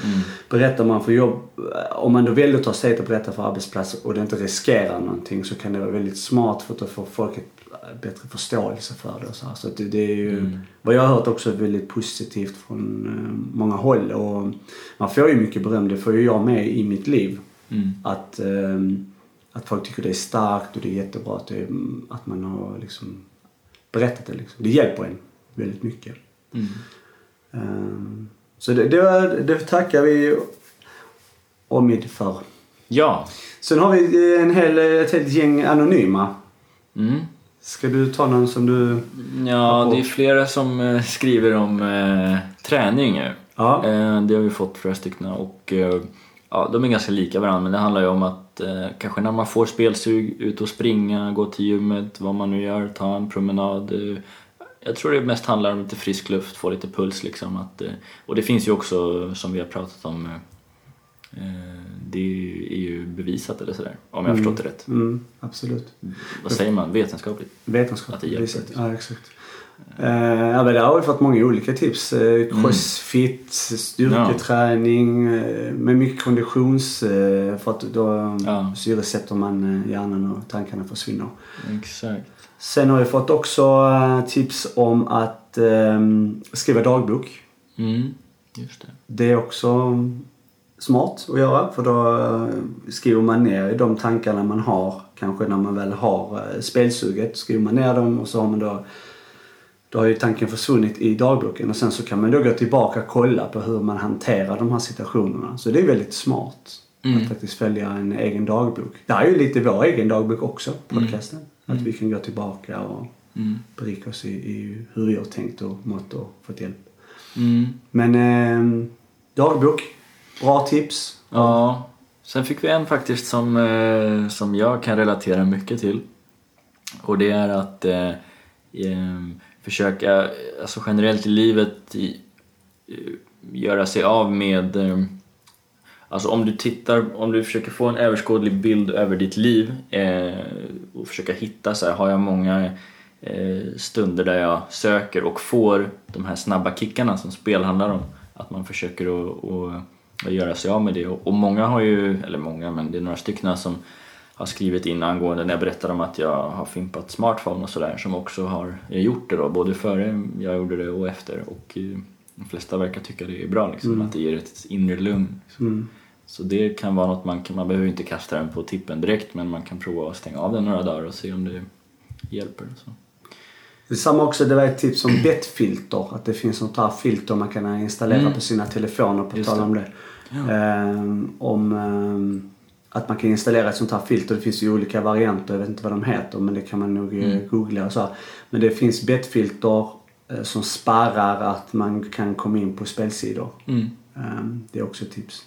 [SPEAKER 2] berättar man för jobb, eh, om man då väljer att ta steget och berätta för arbetsplatsen och det inte riskerar någonting så kan det vara väldigt smart för att då får folk ett eh, bättre förståelse för det. Och så här. så att det, det är ju, vad jag har hört också, väldigt positivt från eh, många håll. Och man får ju mycket beröm, det får ju jag med i mitt liv.
[SPEAKER 1] Mm.
[SPEAKER 2] Att, eh, att folk tycker det är starkt och det är jättebra att, det, mm, att man har liksom berättat det. Liksom. Det hjälper en väldigt mycket.
[SPEAKER 1] Mm.
[SPEAKER 2] Eh, så det, det, var- det tackar vi Omid för.
[SPEAKER 1] Ja!
[SPEAKER 2] Sen har vi eh, en hel, ett helt gäng anonyma.
[SPEAKER 1] Mm.
[SPEAKER 2] Ska du ta någon som du...
[SPEAKER 1] Ja, det är flera som eh, skriver om eh, träning ju.
[SPEAKER 2] Ja.
[SPEAKER 1] Eh, det har vi fått flera stycken och eh, ja, de är ganska lika varandra men det handlar ju om att eh, kanske när man får spelsug, ut och springa, gå till gymmet, vad man nu gör, ta en promenad. Eh, jag tror det mest handlar om lite frisk luft, få lite puls liksom. Att, eh, och det finns ju också, som vi har pratat om, eh, eh, det är ju- är ju bevisat eller sådär, om jag har förstått det rätt.
[SPEAKER 2] Mm, absolut.
[SPEAKER 1] Vad säger man? Vetenskapligt?
[SPEAKER 2] Vetenskap.
[SPEAKER 1] Att det hjälper.
[SPEAKER 2] visat. Ja, exakt. Uh, ja, men där har vi fått många olika tips. Eh,
[SPEAKER 1] Mm.
[SPEAKER 2] Crossfit, styrketräning, eh, med mycket konditions... eh, För att då
[SPEAKER 1] Ja.
[SPEAKER 2] syresätter man eh, hjärnan och tankarna försvinner.
[SPEAKER 1] Exakt.
[SPEAKER 2] Sen har vi fått också eh, tips om att eh, skriva dagbok.
[SPEAKER 1] Mm, just det.
[SPEAKER 2] Det är också smart att göra för då eh, skriver man ner de tankarna man har kanske när man väl har eh, spelsuget. Skriver man ner dem och så har man då då har ju tanken försvunnit i dagboken och sen så kan man då gå tillbaka och kolla på hur man hanterar de här situationerna. Så det är väldigt smart att faktiskt följa en egen dagbok. Det här är ju lite vår egen dagbok också, podcasten. Att vi kan gå tillbaka och
[SPEAKER 1] Mm.
[SPEAKER 2] berika oss i, i hur jag har tänkt och mått och fått hjälp.
[SPEAKER 1] Mm.
[SPEAKER 2] Men eh, dagbok, bra tips.
[SPEAKER 1] Ja. Sen fick vi en faktiskt som, eh, som jag kan relatera mycket till. Och det är att eh, ehm, försöka, eh, alltså generellt i livet, i, eh, göra sig av med... ehm, alltså om du tittar, om du försöker få en överskådlig bild över ditt liv eh, och försöka hitta så här, har jag många eh, stunder där jag söker och får de här snabba kickarna som spel handlar om. Att man försöker att, att och göra sig av med det. Och, och många har ju, eller många, men det är några stycken som har skrivit in angående när jag berättar om att jag har fimpat smartphone och sådär som också har jag gjort det då, både före jag gjorde det och efter. Och eh, de flesta verkar tycka det är bra, liksom, att det ger ett inre lugn. Liksom.
[SPEAKER 2] Mm.
[SPEAKER 1] Så det kan vara något man kan, man behöver inte kasta den på tippen direkt men man kan prova att stänga av den några dagar och se om det hjälper. Så.
[SPEAKER 2] Det är Samma också, det var ett
[SPEAKER 1] *clears throat*
[SPEAKER 2] tips om bettfilter. Att det finns sånt här filter man kan installera på sina telefoner på
[SPEAKER 1] Mm. Just
[SPEAKER 2] tal
[SPEAKER 1] det.
[SPEAKER 2] om det. Ehm, om ehm, att man kan installera ett sånt här filter. Det finns ju olika varianter, jag vet inte vad de heter men det kan man nog eh,
[SPEAKER 1] Mm.
[SPEAKER 2] googla och så. här. Men det finns bettfilter eh, som spärrar att man kan komma in på spelsidor.
[SPEAKER 1] Mm.
[SPEAKER 2] Ehm, det är också ett tips.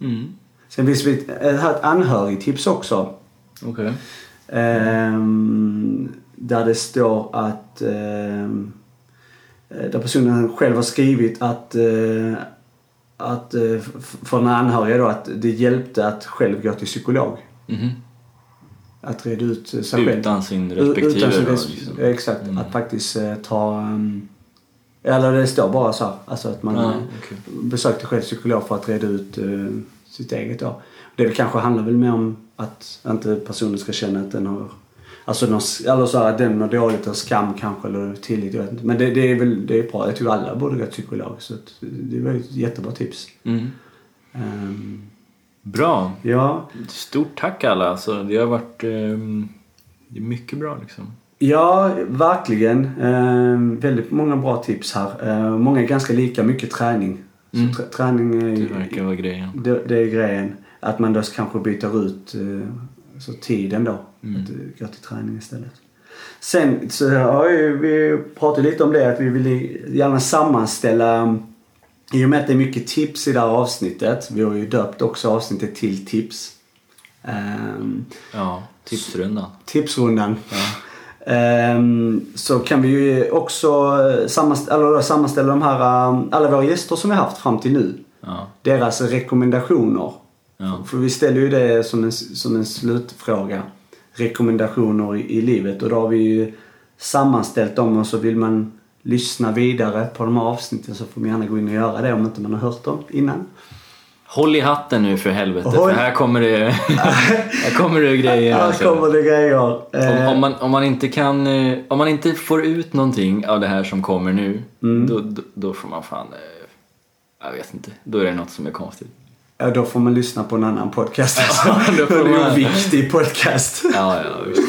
[SPEAKER 1] Mm.
[SPEAKER 2] Sen finns det ett, jag har ett anhörigtips också.
[SPEAKER 1] Okej.
[SPEAKER 2] Ehm, där det står att... ehm, eh, där personen själv har skrivit att... eh, att eh, f- från anhöriga då att det hjälpte att själv gå till psykolog.
[SPEAKER 1] Mhm.
[SPEAKER 2] Att reda ut sig själv.
[SPEAKER 1] Utan sin
[SPEAKER 2] U-
[SPEAKER 1] respektive.
[SPEAKER 2] Utan sin
[SPEAKER 1] då,
[SPEAKER 2] res- eh,
[SPEAKER 1] liksom.
[SPEAKER 2] Exakt.
[SPEAKER 1] Mm.
[SPEAKER 2] Att faktiskt eh, ta... ehm, eller det står bara så här. Alltså att man...
[SPEAKER 1] Ja,
[SPEAKER 2] eh,
[SPEAKER 1] okej.
[SPEAKER 2] besökte själv psykolog för att reda ut eh, sitt eget då. Det väl kanske handlar väl mer om att inte personen ska känna att den har Alltså någon, eller så här, att den mår dåligt och skam kanske eller tillit. Jag vet inte. Men det, det är väl det är bra. Jag tycker alla borde gå till psykolog. Så att, det var ju ett jättebra tips.
[SPEAKER 1] Mm.
[SPEAKER 2] Ehm,
[SPEAKER 1] Bra.
[SPEAKER 2] ja.
[SPEAKER 1] Stort tack alla. Alltså, det har varit ehm, det är mycket bra liksom.
[SPEAKER 2] ja, verkligen. Ehm, väldigt många bra tips här. Ehm, många är ganska lika. Mycket träning.
[SPEAKER 1] Mm.
[SPEAKER 2] Så trä- träning är
[SPEAKER 1] Det
[SPEAKER 2] ju
[SPEAKER 1] verkar vara grejen.
[SPEAKER 2] Det, det är grejen. Att man då kanske byter ut eh, så tiden då. Att eh, gå till träning istället. Sen så har ju, vi pratat lite om det att vi vill gärna sammanställa mm, i och med att det är mycket tips i det här avsnittet. Vi har ju döpt också avsnittet till tips. Ehm,
[SPEAKER 1] Ja, tipsrundan.
[SPEAKER 2] tipsrundan. Ehm, så kan vi ju också eh, sammanställa, eller då, sammanställa de här, eh, alla våra gäster som vi har haft fram till nu
[SPEAKER 1] Ja.
[SPEAKER 2] deras rekommendationer.
[SPEAKER 1] Ja.
[SPEAKER 2] För vi ställer ju det som en, som en slutfråga. Rekommendationer i, i livet. Och då har vi ju sammanställt dem och så vill man lyssna vidare på de här avsnitten så får man gärna gå in och göra det om inte man har hört dem innan.
[SPEAKER 1] Håll i hatten nu för helvete
[SPEAKER 2] Håll-
[SPEAKER 1] för här kommer
[SPEAKER 2] *laughs*
[SPEAKER 1] det, här kommer det grejer.
[SPEAKER 2] Här
[SPEAKER 1] alltså.
[SPEAKER 2] kommer det grejer.
[SPEAKER 1] Om,
[SPEAKER 2] Eh,
[SPEAKER 1] om, man, om man inte kan, eh, om man inte får ut någonting av det här som kommer nu,
[SPEAKER 2] Mm.
[SPEAKER 1] då, då, då får man fan, eh, jag vet inte, då är det något som är konstigt.
[SPEAKER 2] ja, då får man lyssna på en annan podcast.
[SPEAKER 1] Ja, då får
[SPEAKER 2] en
[SPEAKER 1] man-
[SPEAKER 2] oviktig podcast.
[SPEAKER 1] Ja, ja, visst.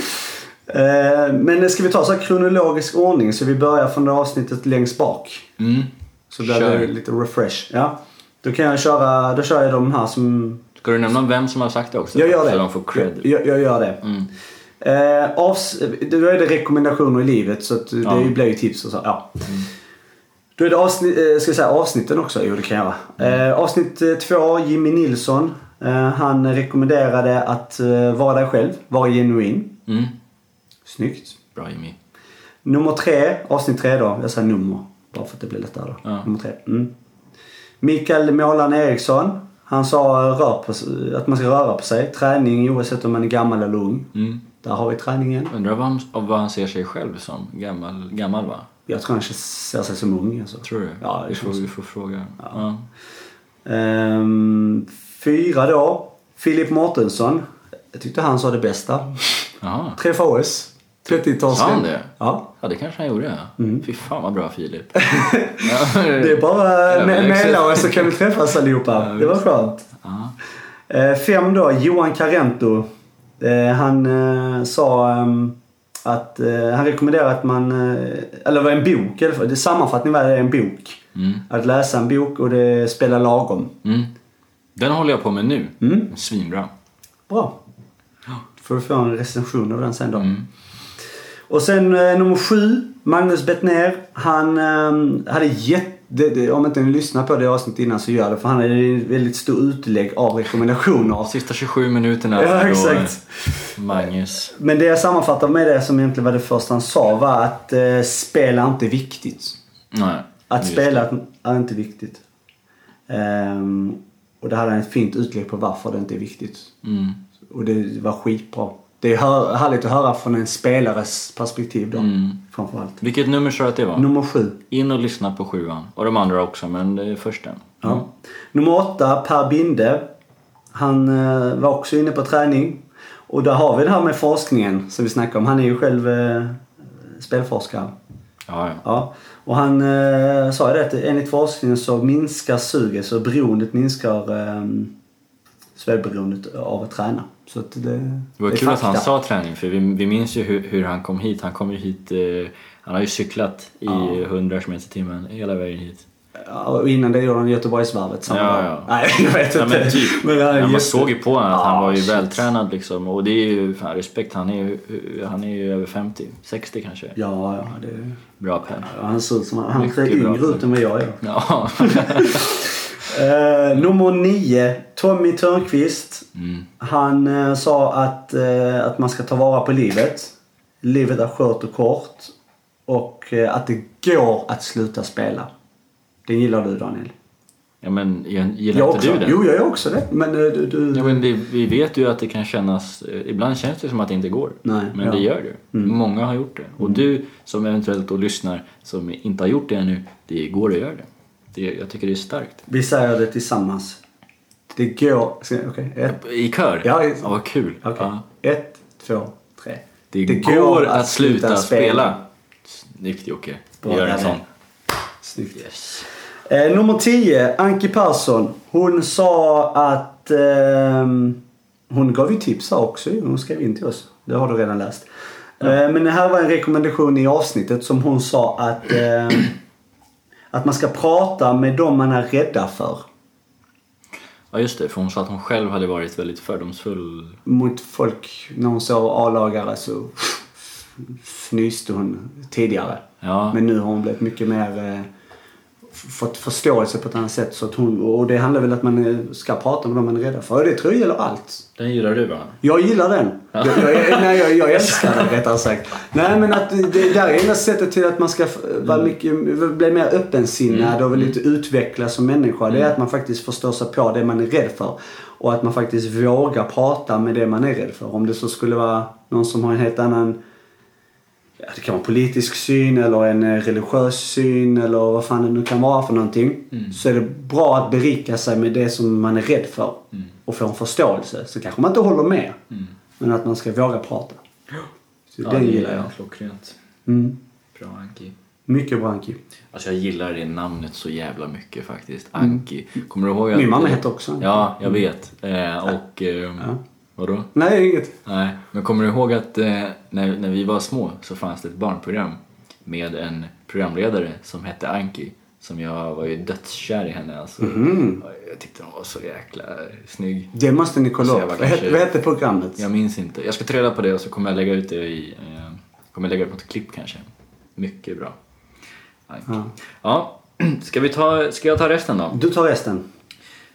[SPEAKER 2] Eh, men ska vi ta så här kronologisk ordning så vi börjar från det avsnittet längst bak.
[SPEAKER 1] Mm.
[SPEAKER 2] Så
[SPEAKER 1] Kör.
[SPEAKER 2] blir det lite refresh. Ja. Då kan jag köra, då kör jag de här som...
[SPEAKER 1] Ska du nämna vem som har sagt det också?
[SPEAKER 2] Jag gör det.
[SPEAKER 1] Så de får cred. Mm.
[SPEAKER 2] Jag, jag gör det. Eh, avs, då är det rekommendationer i livet så att det
[SPEAKER 1] Ja. Mm.
[SPEAKER 2] blir ju tips och så. Ja. Då är det avsnitt, eh, ska jag säga avsnitten också? Jo det kan jag göra.
[SPEAKER 1] Mm.
[SPEAKER 2] Eh, avsnitt eh, två, Jimmy Nilsson. Eh, han rekommenderade att eh, vara dig själv, vara genuin.
[SPEAKER 1] Mm.
[SPEAKER 2] Snyggt.
[SPEAKER 1] Bra Jimmy.
[SPEAKER 2] Nummer tre, avsnitt tre då. Jag säger nummer bara för att det blir lättare då.
[SPEAKER 1] Ja.
[SPEAKER 2] Nummer tre. Mm. Mikael Målan Eriksson. Han sa eh, rör på, s- att man ska röra på sig. Träning oavsett om man är gammal eller ung.
[SPEAKER 1] Mm.
[SPEAKER 2] Där har vi träningen.
[SPEAKER 1] Undrar vad han, av vad han ser sig själv som? Gammal, gammal va?
[SPEAKER 2] Jag tror han ser sig som ung. Alltså.
[SPEAKER 1] Tror du?
[SPEAKER 2] Ja, det
[SPEAKER 1] vi, får,
[SPEAKER 2] känns-
[SPEAKER 1] vi får fråga. Ja.
[SPEAKER 2] Ehm, fyra då. Filip Mårtensson. Jag tyckte han sa det bästa.
[SPEAKER 1] Jaha.
[SPEAKER 2] Träffa oss. 30-talsvän.
[SPEAKER 1] Sa han det?
[SPEAKER 2] Ja.
[SPEAKER 1] Ja, det kanske han gjorde. ja. Fy fan vad bra Filip.
[SPEAKER 2] *laughs*
[SPEAKER 1] Ja,
[SPEAKER 2] Mm. Det är bara
[SPEAKER 1] Ja,
[SPEAKER 2] att
[SPEAKER 1] men exakt.
[SPEAKER 2] mejla och så kan vi
[SPEAKER 1] *laughs*
[SPEAKER 2] träffas allihopa. det var skönt. Eh, Fem då, Johan Carento. Eh, Han eh, sa ehm, att eh, han rekommenderar att man, eh, eller det var en bok i alla fall. Det- Sammanfattningen var det en bok. Att läsa en bok och det spelar lagom.
[SPEAKER 1] Mm. Den håller jag på med nu.
[SPEAKER 2] Mm.
[SPEAKER 1] Svinbra.
[SPEAKER 2] Bra. Får du få en recension av den sen då. Och sen eh, nummer sju, Magnus Bettner. Han eh, hade jätte... Det, det, om inte ni lyssnar på det avsnittet innan så gör det. För han hade en väldigt stor utlägg av rekommendationer.
[SPEAKER 1] Sista 27 minuterna.
[SPEAKER 2] Ja,
[SPEAKER 1] då,
[SPEAKER 2] exakt.
[SPEAKER 1] eh, Magnus.
[SPEAKER 2] Men det jag sammanfattar med det som egentligen var det första han sa var att eh, spela inte är viktigt.
[SPEAKER 1] Nej.
[SPEAKER 2] Att
[SPEAKER 1] just
[SPEAKER 2] spela är inte viktigt. Ehm, och det hade han ett fint utlägg på varför det inte är viktigt.
[SPEAKER 1] det. Mm.
[SPEAKER 2] Och det var skitbra. Det är hör, härligt att höra från en spelares perspektiv då.
[SPEAKER 1] Mm.
[SPEAKER 2] Framförallt.
[SPEAKER 1] Vilket nummer sa du att det var?
[SPEAKER 2] Nummer sju.
[SPEAKER 1] In och lyssna på sjuan. Och de andra också, men det är först den. Mm.
[SPEAKER 2] Ja. Nummer åtta, Per Binde. Han eh, var också inne på träning. Och där har vi det här med forskningen som vi snackade om. Han är ju själv eh, spelforskare.
[SPEAKER 1] Ja, ja.
[SPEAKER 2] Ja. Och han eh, sa ju det att enligt forskningen så minskar suget, så beroendet minskar eh, spelberoendet av att träna. Så att det,
[SPEAKER 1] Det var
[SPEAKER 2] är
[SPEAKER 1] kul att han
[SPEAKER 2] fakta.
[SPEAKER 1] sa träning för vi, vi minns ju hur, hur han kom hit. Han kom ju hit, eh, han har ju cyklat i 100 km i timmen hela vägen hit.
[SPEAKER 2] Ja, och innan det gjorde han Göteborgsvarvet samma
[SPEAKER 1] Ja,
[SPEAKER 2] dag.
[SPEAKER 1] ja.
[SPEAKER 2] Nej, *laughs* jag vet
[SPEAKER 1] Ja,
[SPEAKER 2] inte.
[SPEAKER 1] men typ.
[SPEAKER 2] Men han är
[SPEAKER 1] ja, man
[SPEAKER 2] jätte-
[SPEAKER 1] såg ju på honom att han
[SPEAKER 2] Ja,
[SPEAKER 1] var ju
[SPEAKER 2] shit.
[SPEAKER 1] vältränad liksom. Och det är ju fan respekt. Han är ju, han är ju över 50, 60 kanske.
[SPEAKER 2] Ja, ja. Det,
[SPEAKER 1] Bra Pep.
[SPEAKER 2] han ser ut som han, han
[SPEAKER 1] Mycket
[SPEAKER 2] ser
[SPEAKER 1] bra.
[SPEAKER 2] yngre ut än vad jag gör.
[SPEAKER 1] Ja. *laughs*
[SPEAKER 2] Eh, nummer nio, Tommy Törnqvist.
[SPEAKER 1] Mm.
[SPEAKER 2] Han eh, sa att, eh, att man ska ta vara på livet. Livet är skört och kort. Och eh, att det går att sluta spela. Den gillar du Daniel.
[SPEAKER 1] ja men gillar
[SPEAKER 2] Jag
[SPEAKER 1] inte
[SPEAKER 2] också.
[SPEAKER 1] du det?
[SPEAKER 2] Jo, jag gör också det. Men eh, du... du...
[SPEAKER 1] Ja, men det, vi vet ju att det kan kännas... eh, Ibland känns det som att det inte går.
[SPEAKER 2] Nej,
[SPEAKER 1] men
[SPEAKER 2] ja. Mm.
[SPEAKER 1] det gör det. Många har gjort det. Och du som eventuellt då lyssnar som inte har gjort det ännu, det går att göra det. det jag tycker det är starkt.
[SPEAKER 2] Vi säger det tillsammans. Det går... ska- Okej. Ett,
[SPEAKER 1] I kör?
[SPEAKER 2] Ja, i-
[SPEAKER 1] vad kul.
[SPEAKER 2] okej.
[SPEAKER 1] Ja.
[SPEAKER 2] Ett, två, tre.
[SPEAKER 1] Det, går, att sluta spela. Snyggt Jocke. Vi
[SPEAKER 2] Bra,
[SPEAKER 1] gör en
[SPEAKER 2] där är
[SPEAKER 1] sån.
[SPEAKER 2] det. Snyggt.
[SPEAKER 1] Yes.
[SPEAKER 2] Eh, nummer 10, Anki Persson. Hon sa att... ehm, hon gav ju tips här också ju. Hon skrev in till oss. Det har du redan läst. Eh, men det här var en rekommendation i avsnittet som hon sa att... ehm, att man ska prata med dem man är rädda för.
[SPEAKER 1] Ja just det, för hon sa att hon själv hade varit väldigt fördomsfull.
[SPEAKER 2] Mot folk, när hon såg A-lagare så fnyste hon tidigare.
[SPEAKER 1] Ja.
[SPEAKER 2] Men nu har hon blivit mycket mer eh, f- fått förståelse på ett annat sätt. Så att hon, och det handlar väl om att man eh, ska prata med dem man är rädd för. Och det tror jag gäller allt.
[SPEAKER 1] Den gillar du va?
[SPEAKER 2] Jag gillar den. Jag, jag, nej, jag, jag älskar den rättare sagt. Nej men att det- det där är enda sättet till att man ska f- vara mycket, bli mer öppensinnad och väl lite utvecklas som människa. Det är att man faktiskt förstår sig på det man är rädd för. Och att man faktiskt vågar prata med det man är rädd för. Om det så skulle vara någon som har en helt annan ja, det kan vara en politisk syn eller en eh, religiös syn eller vad fan det nu kan vara för någonting. Så är det bra att berika sig med det som man är rädd för och få en förståelse. Så kanske man inte håller med. Men att man ska våga prata. Så den gillar jag.
[SPEAKER 1] Klockrent.
[SPEAKER 2] Mm.
[SPEAKER 1] Bra Anki.
[SPEAKER 2] Mycket bra Anki.
[SPEAKER 1] Alltså jag gillar det namnet så jävla mycket faktiskt. Anki. Kommer du ihåg att...
[SPEAKER 2] Mm. Min mamma heter också Anki. Mm.
[SPEAKER 1] Ja, jag vet. Eh, och... Eh, Vadå?
[SPEAKER 2] Nej, inget.
[SPEAKER 1] Nej, men kommer du ihåg att eh, när, när vi var små så fanns det ett barnprogram med en programledare som hette Anki. Som jag var ju dödskär i henne alltså.
[SPEAKER 2] Mm.
[SPEAKER 1] Jag tyckte hon var så jäkla snygg.
[SPEAKER 2] Det måste ni kolla
[SPEAKER 1] Så
[SPEAKER 2] upp.
[SPEAKER 1] jag var
[SPEAKER 2] Vad hette-
[SPEAKER 1] kanske-
[SPEAKER 2] vad hette programmet?
[SPEAKER 1] Jag minns inte. Jag ska ta reda på det och så kommer jag lägga ut det i... Eh, kommer jag lägga ut något klipp kanske. Mycket bra. Anki. Ja. *clears throat* Ska, vi ta, ska jag ta resten då?
[SPEAKER 2] Du tar resten.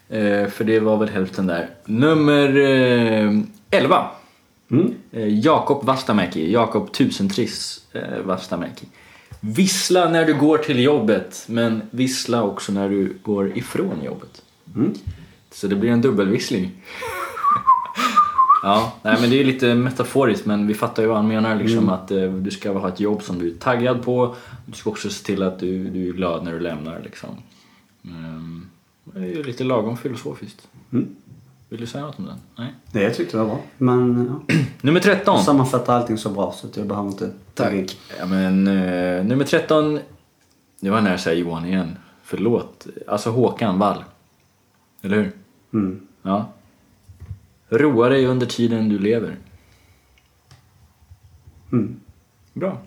[SPEAKER 1] Eh, för det var väl hälften där. Nummer eh, 11.
[SPEAKER 2] Mm.
[SPEAKER 1] Eh, Jakob Vastamäki. Jakob Tusentriss eh, Vastamäki. Vissla när du går till jobbet men vissla också när du går ifrån jobbet. Så det blir en dubbelvissling. ja, nej, men det är lite metaforiskt men vi fattar ju vad han menar. Liksom,
[SPEAKER 2] Mm.
[SPEAKER 1] Att eh, Du ska ha ett jobb som du är taggad på. Du ska också se till att du, du är glad när du lämnar. Liksom. Ehm, det är ju lite lagom filosofiskt.
[SPEAKER 2] Mm.
[SPEAKER 1] Vill du säga något om den? Nej.
[SPEAKER 2] Nej, jag tyckte det var bra. Men
[SPEAKER 1] Nummer 13.
[SPEAKER 2] *clears throat* ja. sammanfattar allting så bra så att jag behöver inte...
[SPEAKER 1] Tack. Ja, men, eh, nummer 13. Nu var jag nära att säga Johan igen. Förlåt. Alltså Håkan Wall. Eller hur?
[SPEAKER 2] Mm.
[SPEAKER 1] Ja. Roa dig under tiden du lever.
[SPEAKER 2] Mm.
[SPEAKER 1] Bra.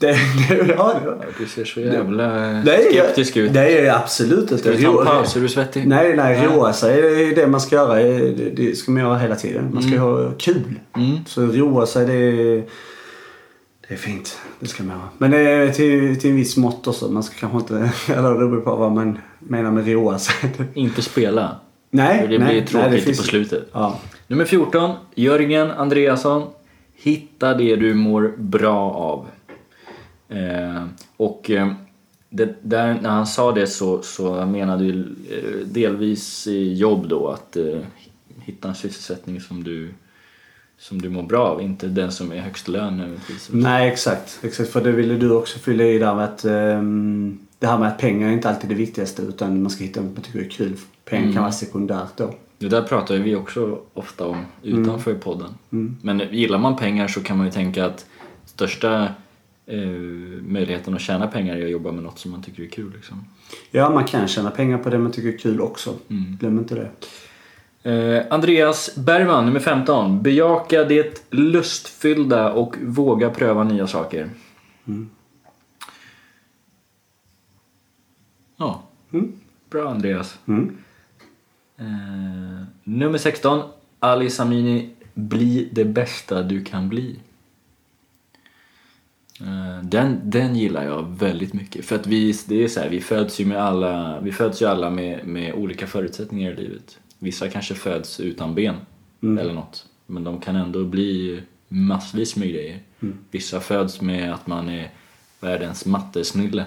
[SPEAKER 2] Det, *laughs* det, ja, det var...
[SPEAKER 1] Du ser så jävla eh,
[SPEAKER 2] Nej,
[SPEAKER 1] skeptisk
[SPEAKER 2] jag,
[SPEAKER 1] ut.
[SPEAKER 2] Nej, jag är absolut inte.
[SPEAKER 1] Ska vi ta
[SPEAKER 2] Ro-
[SPEAKER 1] en paus? Är du svettig?
[SPEAKER 2] Nej, nej, roa sig det är det man ska göra. Det det ska man göra hela tiden. Man ska ha kul.
[SPEAKER 1] Mm.
[SPEAKER 2] Så roa sig, det är, det är fint. Det ska man göra. Men det är till, till en viss mått också. Man ska kanske inte... *laughs* Eller det beror på vad man menar med alltså. roa *laughs* sig.
[SPEAKER 1] Inte spela.
[SPEAKER 2] Nej,
[SPEAKER 1] För det
[SPEAKER 2] nej,
[SPEAKER 1] blir tråkigt
[SPEAKER 2] nej, det finns-
[SPEAKER 1] på slutet.
[SPEAKER 2] Ja.
[SPEAKER 1] Nummer 14. Jörgen Andreasson. Hitta det du mår bra av. Eh, och eh, det, där, när han sa det så, så menade ju eh, delvis i jobb då att eh, hitta en sysselsättning som du, som du mår bra av. Inte den som är högst lön nödvändigtvis.
[SPEAKER 2] Nej, exakt. exakt. För det ville du också fylla i där med att ehm, det här med att pengar är inte alltid det viktigaste utan man ska hitta något man tycker är kul. Pengar
[SPEAKER 1] Mm.
[SPEAKER 2] kan vara sekundärt då.
[SPEAKER 1] Det där pratar ju vi också ofta om utanför podden. Men gillar man pengar så kan man ju tänka att största eh, möjligheten att tjäna pengar är att jobba med något som man tycker är kul. Liksom.
[SPEAKER 2] Ja, man kan tjäna pengar på det man tycker är kul också. Glöm inte det.
[SPEAKER 1] Eh, Andreas Bergman, nummer 15. Bejaka det lustfyllda och våga pröva nya saker. Ja,
[SPEAKER 2] Mm.
[SPEAKER 1] bra Andreas.
[SPEAKER 2] Mm.
[SPEAKER 1] Eh, nummer 16. Ali Samini, bli det bästa du kan bli. Eh, Den, den gillar jag väldigt mycket. För att vi, det är så här, vi föds ju med alla, vi föds ju alla med, med olika förutsättningar i livet. Vissa kanske föds utan ben eller något. Men de kan ändå bli massvis med grejer. Vissa föds med att man är världens mattesnille.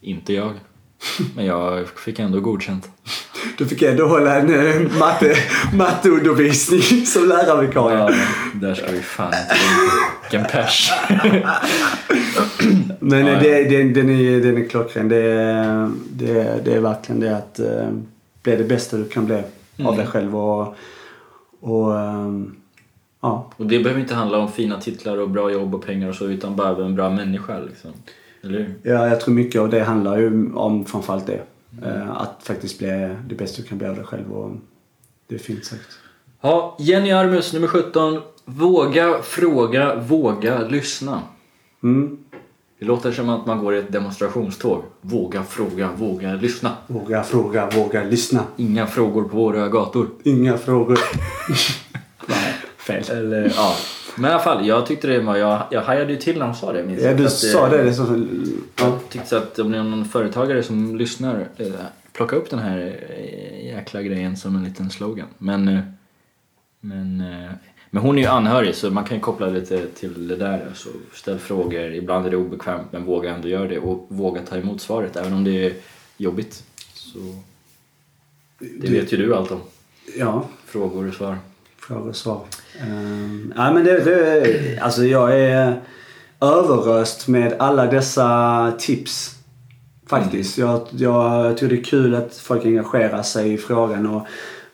[SPEAKER 1] Inte jag. Men jag fick ändå godkänt.
[SPEAKER 2] Du fick ändå hålla en eh, matte, *laughs* matteundervisning *laughs* som lärarvikarie.
[SPEAKER 1] Ja, där ska vi fan inte Vilken pers.
[SPEAKER 2] Men eh, det, det, den, är, den är klockren. Det, är- det, är- det är verkligen det att eh, bli det bästa du kan bli av dig själv. Och, och ehm, ja,
[SPEAKER 1] *laughs* Och det behöver inte handla om fina titlar och bra jobb och pengar och så utan bara vara en bra människa liksom. Eller hur?
[SPEAKER 2] Ja, jag tror mycket av det handlar ju om framförallt det. Eh, Att faktiskt bli det bästa du kan bli av dig själv. Och det är fint sagt.
[SPEAKER 1] Ja, Jenny Armus, nummer 17. Våga fråga, våga lyssna.
[SPEAKER 2] Mm.
[SPEAKER 1] Det låter som att man går i ett demonstrationståg. Våga fråga, våga lyssna.
[SPEAKER 2] Våga fråga, våga lyssna.
[SPEAKER 1] Inga frågor på våra gator.
[SPEAKER 2] Inga frågor. Nej, fel.
[SPEAKER 1] Eller, ja. Men i alla fall, jag tyckte det var... Jag, jag hajade ju till när de sa det. minns
[SPEAKER 2] Ja,
[SPEAKER 1] jag.
[SPEAKER 2] du
[SPEAKER 1] Att,
[SPEAKER 2] sa
[SPEAKER 1] eh,
[SPEAKER 2] det. det är så, ja.
[SPEAKER 1] Jag tyckte så att om det är någon företagare som lyssnar, eh, plocka upp den här eh, jäkla grejen som en liten slogan. Men, eh, men, eh, men hon är ju anhörig så man kan ju koppla lite till det där. Alltså, ställ frågor, ibland är det obekvämt men våga ändå göra det och våga ta emot svaret även om det är jobbigt. Så, det vet ju du allt om.
[SPEAKER 2] ja.
[SPEAKER 1] Frågor och svar.
[SPEAKER 2] Frågor och svar. Ehm, nej, men det, det, alltså jag är överröst med alla dessa tips. Faktiskt.
[SPEAKER 1] Mm.
[SPEAKER 2] Jag, jag tycker det är kul att folk engagerar sig i frågan. Och,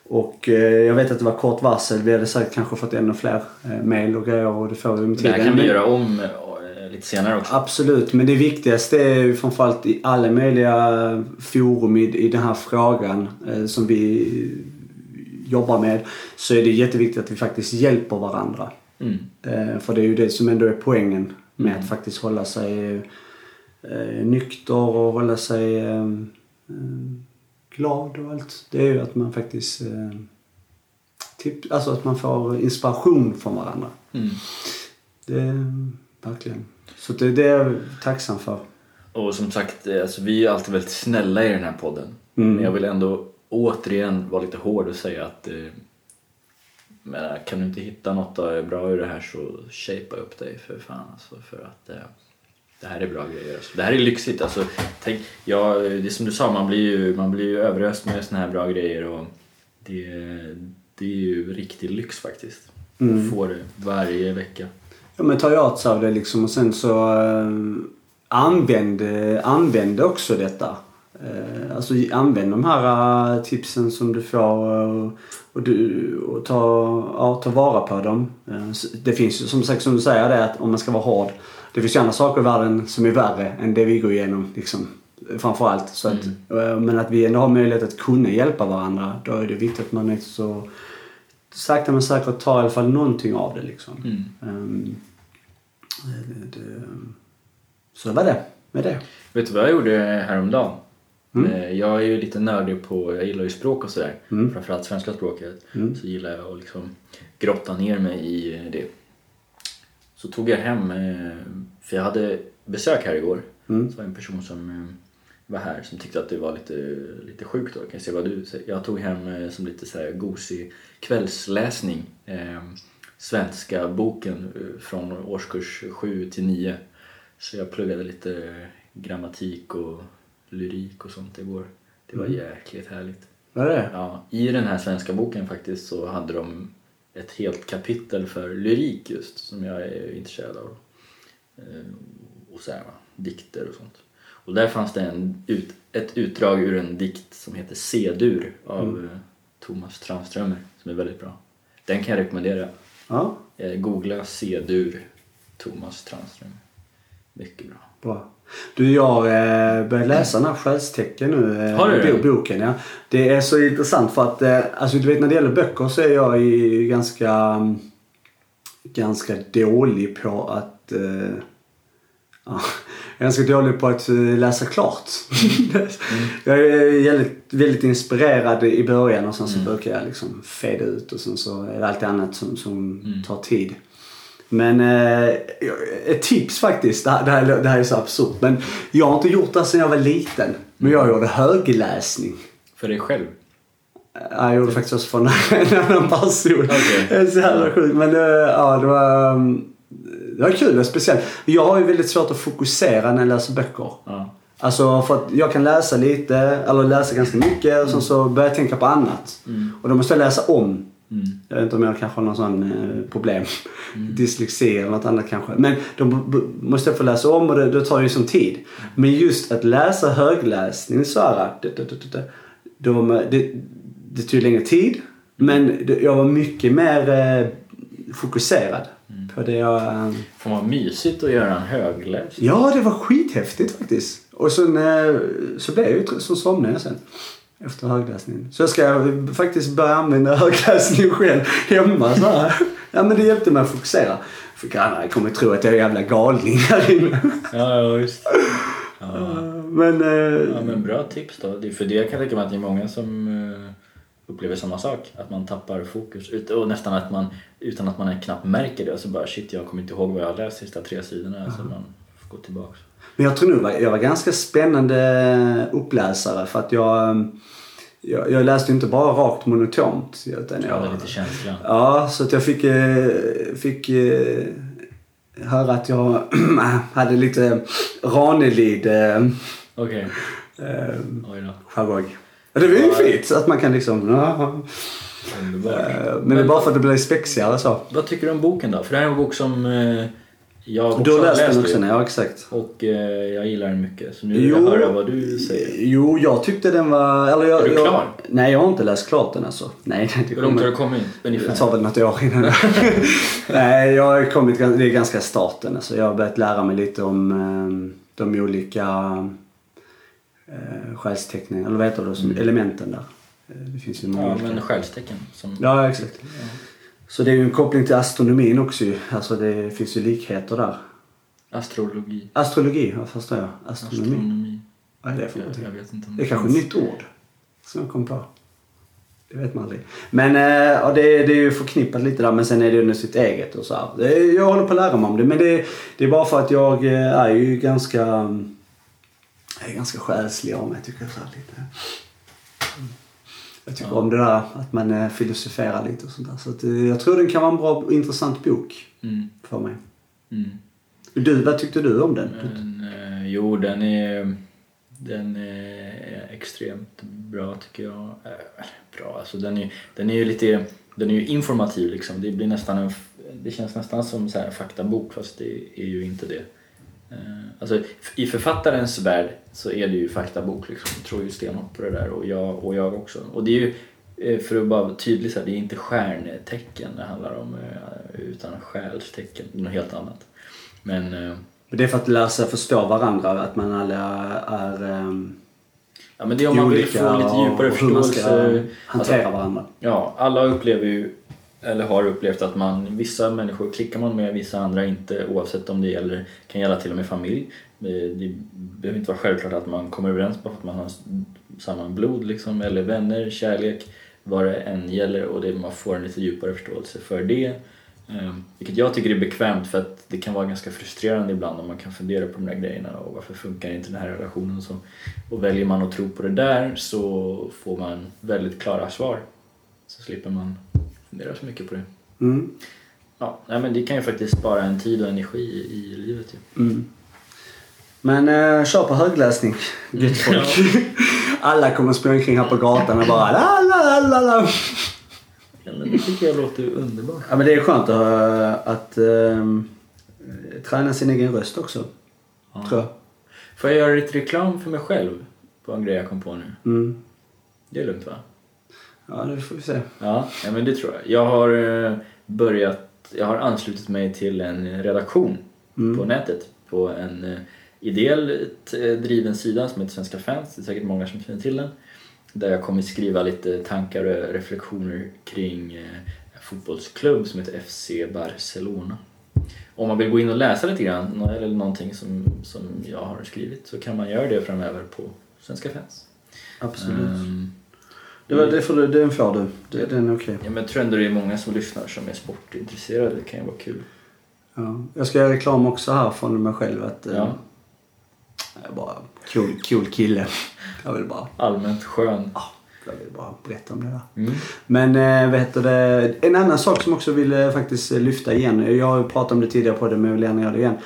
[SPEAKER 2] och eh, jag vet att det var kort varsel. Vi hade säkert kanske fått ännu fler eh, mejl och grejer och det får vi med
[SPEAKER 1] Det
[SPEAKER 2] tiden.
[SPEAKER 1] här kan vi
[SPEAKER 2] Men-
[SPEAKER 1] göra om eh, lite senare också.
[SPEAKER 2] Absolut, men det viktigaste är ju framförallt i alla möjliga forum i, i den här frågan eh, som vi jobbar med så är det jätteviktigt att vi faktiskt hjälper varandra.
[SPEAKER 1] Mm.
[SPEAKER 2] Eh, för det är ju det som ändå är poängen med att faktiskt hålla sig eh, nykter och hålla sig eh, eh, glad och allt. Det är ju att man faktiskt eh, typ, alltså att man får inspiration från varandra.
[SPEAKER 1] Mm.
[SPEAKER 2] Det är verkligen. Så det, det är jag tacksam för.
[SPEAKER 1] Och som sagt, eh, alltså, vi är ju alltid väldigt snälla i den här podden. Men jag vill ändå återigen vara lite hård och säga att eh, men, eh, kan du inte hitta något eh, bra ur det här så shapea upp dig för fan alltså, för att eh, det här är bra grejer. Alltså. Det här är lyxigt. Alltså, tänk, ja, det är som du sa, man blir ju, man blir ju överöst med såna här bra grejer och det, det är ju riktig lyx faktiskt. Mm. Får det varje vecka.
[SPEAKER 2] Ja men ta ju åt sig av det liksom och sen så eh, använd, eh, använd också detta. Eh, alltså i- använd de här eh, tipsen som du får eh, och, du, och ta, ja, ta vara på dem. Eh, s- det finns ju som sagt som du säger det att om man ska vara hård. Det finns ju andra saker i världen som är värre än det vi går igenom liksom. Framförallt. Så att, eh, Men att vi ändå har möjlighet att kunna hjälpa varandra. Då är det viktigt att man är så sakta men säkert tar i alla fall någonting av det liksom. Ehm, det, det, så var det med det.
[SPEAKER 1] Vet du vad jag gjorde häromdagen? Eh, Jag är ju lite nördig på, jag gillar ju språk och sådär. Framförallt svenska språket. Så gillar jag att liksom grotta ner mig i det. Så tog jag hem, eh, för jag hade besök här igår. Så var det en person som eh, var här som tyckte att det var lite, lite sjukt då. Kan jag se vad du säger? Jag tog hem eh, som lite så här gosig kvällsläsning. Eh, svenska boken eh, från årskurs 7 till 9. Så jag pluggade lite grammatik och lyrik och sånt igår. Det var jäkligt härligt.
[SPEAKER 2] Var det?
[SPEAKER 1] Ja, I den här svenska boken faktiskt så hade de ett helt kapitel för lyrik just som jag är intresserad av. Eh, Och så här, va, dikter och sånt. Och där fanns det en, ut, ett utdrag ur en dikt som heter C-dur av eh, Thomas Tranströmer som är väldigt bra. Den kan jag rekommendera.
[SPEAKER 2] Ja,
[SPEAKER 1] Eh, Googla C-dur Thomas Tranströmer. Mycket bra.
[SPEAKER 2] bra. Du, jag har eh, börjat läsa den här Själstecken nu. eh,
[SPEAKER 1] Har du det?
[SPEAKER 2] bo- Boken, ja. Det är så intressant för att eh, alltså, du vet, när det gäller böcker så är jag i ganska, mm, ganska dålig på att eh, Ja, *laughs* jag är ganska dålig på att eh, läsa klart. *laughs* Jag är väldigt, väldigt inspirerad i början och sen så brukar jag liksom fade ut och sen så är det allt annat som, som tar tid. Men eh, ett tips faktiskt, det här, det, här, det här är så absurt. Men jag har inte gjort det här sedan jag var liten. Men jag gjorde högläsning.
[SPEAKER 1] För dig själv?
[SPEAKER 2] Ja, Eh, jag gjorde faktiskt också för en *laughs* en annan person.
[SPEAKER 1] Okej.
[SPEAKER 2] Det är så jävla sjukt. Men eh, ja, det var, um, det var kul och speciellt. Jag har ju väldigt svårt att fokusera när jag läser böcker.
[SPEAKER 1] Ja.
[SPEAKER 2] Alltså för att jag kan läsa lite, eller läsa ganska mycket och sen så börjar jag tänka på annat. Och då måste jag läsa om.
[SPEAKER 1] Mm.
[SPEAKER 2] Jag vet inte om jag kanske har någon sån eh, problem. *laughs* Dyslexi eller något annat kanske. Men då b- b- måste jag få läsa om och det, det tar ju som tid. Men just att läsa högläsning så här. Det, det, det, det, det, var med- det, det tog längre tid. Men det, jag var mycket mer eh, fokuserad på det jag... eh,
[SPEAKER 1] Får man mysigt att göra en högläsning?
[SPEAKER 2] Ja, det var skithäftigt faktiskt. Och sen eh, så blev jag ju tr- så somnade jag sen. Efter högläsningen. Så jag ska eh, faktiskt börja använda *laughs* högläsning själv hemma så här. Ja men det hjälpte mig att fokusera. För grannar kommer tro att jag är en jävla galning här inne. *laughs*
[SPEAKER 1] Ja, ja visst. Ja.
[SPEAKER 2] Men, eh,
[SPEAKER 1] Ja men bra tips då. Det- För det jag kan tänka mig att det är många som eh, upplever samma sak. Att man tappar fokus ut- och nästan att man utan att man knappt märker det. Så bara shit jag kommer inte ihåg vad jag har läst de sista tre sidorna. Så man får gå tillbaka.
[SPEAKER 2] Men jag tror nog att jag var ganska spännande uppläsare för att jag, eh, jag, jag läste ju inte bara rakt monotont. Utan
[SPEAKER 1] Jag hade lite känslan.
[SPEAKER 2] Ja, så att jag fick, eh, fick eh, höra att jag *clears throat* hade lite Ranelid eh,
[SPEAKER 1] Okej.
[SPEAKER 2] eh,
[SPEAKER 1] Oj då.
[SPEAKER 2] jargong. Ja, Det var ju fint att man kan liksom... Ja,
[SPEAKER 1] Underbart.
[SPEAKER 2] eh, men det är bara för att det blir spexigare alltså. så.
[SPEAKER 1] Vad tycker du om boken då? För det här är en bok som eh, jag också
[SPEAKER 2] Du har läst den
[SPEAKER 1] ju.
[SPEAKER 2] också? nej, Ja, exakt.
[SPEAKER 1] Och eh, jag gillar den mycket. Så nu vill jag
[SPEAKER 2] Jo.
[SPEAKER 1] höra vad du säger.
[SPEAKER 2] Jo, jag tyckte den var... Eller jag,
[SPEAKER 1] Är du
[SPEAKER 2] jag,
[SPEAKER 1] klar?
[SPEAKER 2] Nej, jag har inte läst klart den alltså. Nej, det
[SPEAKER 1] Hur långt har
[SPEAKER 2] kommer-
[SPEAKER 1] du kommit?
[SPEAKER 2] Det
[SPEAKER 1] Ungefär?
[SPEAKER 2] tar väl något år innan.
[SPEAKER 1] *laughs*
[SPEAKER 2] Nej, jag har kommit gans- det är ganska starten. Alltså jag har börjat lära mig lite om eh, de olika eh, själstecknen, eller vad heter det, som elementen där. Eh, Det finns ju många
[SPEAKER 1] Mm. Ja
[SPEAKER 2] olika.
[SPEAKER 1] men skärlstecken. Som...
[SPEAKER 2] Ja, exakt. Så det är ju en koppling till astronomin också ju. Alltså det finns ju likheter där.
[SPEAKER 1] Astrologi.
[SPEAKER 2] Astrologi, vad förstår jag? Astronomi.
[SPEAKER 1] Astronomi.
[SPEAKER 2] Vad är det för
[SPEAKER 1] Jag,
[SPEAKER 2] någonting?
[SPEAKER 1] jag vet inte om
[SPEAKER 2] Det är kanske ett
[SPEAKER 1] finns.
[SPEAKER 2] nytt ord som jag kom på. Det vet man aldrig. Men eh, ja, det, är- det är ju förknippat lite där men sen är det ju sitt eget och så här. Det, är- jag håller på att lära mig om det men det, det är bara för att jag eh, är ju ganska mm, jag är ganska själslig av mig tycker jag. Så här, lite. Mm. Jag tycker om det där att man eh, filosoferar lite och sånt där. Så att, eh, jag tror den kan vara en bra och intressant bok
[SPEAKER 1] Mm,
[SPEAKER 2] för mig.
[SPEAKER 1] mm.
[SPEAKER 2] Du, vad tyckte du om den?
[SPEAKER 1] Men, eh, jo, den är, den är extremt bra tycker jag. Eh, bra, alltså den är, den är ju lite den är ju informativ liksom. Det, blir nästan en, f- det känns nästan som så här en faktabok fast det är ju inte det. Eh, Alltså, I författarens värld så är det ju faktabok. Liksom. Jag tror ju stenhårt på det där och jag, och jag också. Och det är ju, eh, för att bara vara tydlig, så här, det är inte stjärntecken det handlar om eh, utan själstecken, något helt annat. Men eh,
[SPEAKER 2] Det är för att lära sig förstå varandra, att man alla är ehm,
[SPEAKER 1] Ja men det är om man vill få lite djupare
[SPEAKER 2] och hur man ska
[SPEAKER 1] förståelse.
[SPEAKER 2] hantera
[SPEAKER 1] Alltså,
[SPEAKER 2] varandra.
[SPEAKER 1] ja, alla upplever ju, eller har upplevt att man, vissa människor klickar man med, vissa andra inte. Oavsett om det gäller, kan gälla till och med familj. Eh, Det behöver inte vara självklart att man kommer överens bara för att man har s- samma blod liksom, eller vänner, kärlek, vad det än gäller. Och det, man får en lite djupare förståelse för det. Eh, Vilket jag tycker är bekvämt för att det kan vara ganska frustrerande ibland om man kan fundera på de där grejerna och varför funkar inte den här relationen och så. Och väljer man att tro på det där så får man väldigt klara svar. Så slipper man fundera så mycket på det.
[SPEAKER 2] Mm.
[SPEAKER 1] Ja, nej men det kan ju faktiskt spara en tid och energi i- i livet ju.
[SPEAKER 2] Mm. Men eh, kör på högläsning,
[SPEAKER 1] Mm.
[SPEAKER 2] gött folk. *laughs* Alla kommer springa omkring här på gatan och bara la, la, la, la, la.
[SPEAKER 1] Ja, men det tycker jag låter underbart.
[SPEAKER 2] Ja, men det är skönt att, eh, att ehm, träna sin egen röst också,
[SPEAKER 1] Ja.
[SPEAKER 2] tror jag.
[SPEAKER 1] Får jag göra lite reklam för mig själv? På en grej jag kom på nu.
[SPEAKER 2] Mm.
[SPEAKER 1] Det är lugnt va?
[SPEAKER 2] Ja, det får vi se.
[SPEAKER 1] Ja, ja, men det tror jag. Jag har eh, börjat, jag har anslutit mig till en redaktion på nätet på en eh, ideellt eh, driven sida som heter Svenska fans, det är säkert många som känner till den. Där jag kommer skriva lite tankar och reflektioner kring eh, en fotbollsklubb som heter FC Barcelona. Om man vill gå in och läsa lite grann nå- eller någonting som, som jag har skrivit så kan man göra det framöver på Svenska fans.
[SPEAKER 2] Absolut.
[SPEAKER 1] Ehm,
[SPEAKER 2] Det, var, det får du, den får du. Det, Den är okej.
[SPEAKER 1] Ja, men jag tror ändå det är många som lyssnar som är sportintresserade. Det kan ju vara kul.
[SPEAKER 2] Ja. Jag ska göra reklam också här från mig själv att... eh,
[SPEAKER 1] Ja.
[SPEAKER 2] Jag är bara cool, cool kille. Jag vill bara...
[SPEAKER 1] Allmänt skön.
[SPEAKER 2] ah, Jag vill bara berätta om det där.
[SPEAKER 1] Mm.
[SPEAKER 2] Men eh, vad heter det? En annan sak som också vill eh, faktiskt eh, lyfta igen. Jag har ju pratat om det tidigare på det men jag vill gärna göra det igen.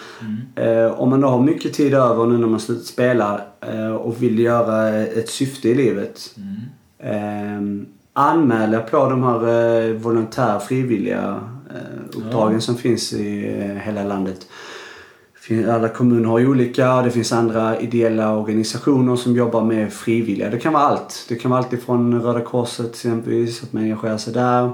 [SPEAKER 2] Eh, om man då har mycket tid över nu när man slutat spela eh, och vill göra ett syfte i livet.
[SPEAKER 1] Mm.
[SPEAKER 2] Eh, anmäla på de här eh, volontär frivilliga eh, uppdragen som finns i eh, hela landet. Fin- Alla kommuner har ju olika. Det finns andra ideella organisationer som jobbar med frivilliga. Det kan vara allt. Det kan vara allt ifrån Röda Korset exempelvis, att man engagerar sig där.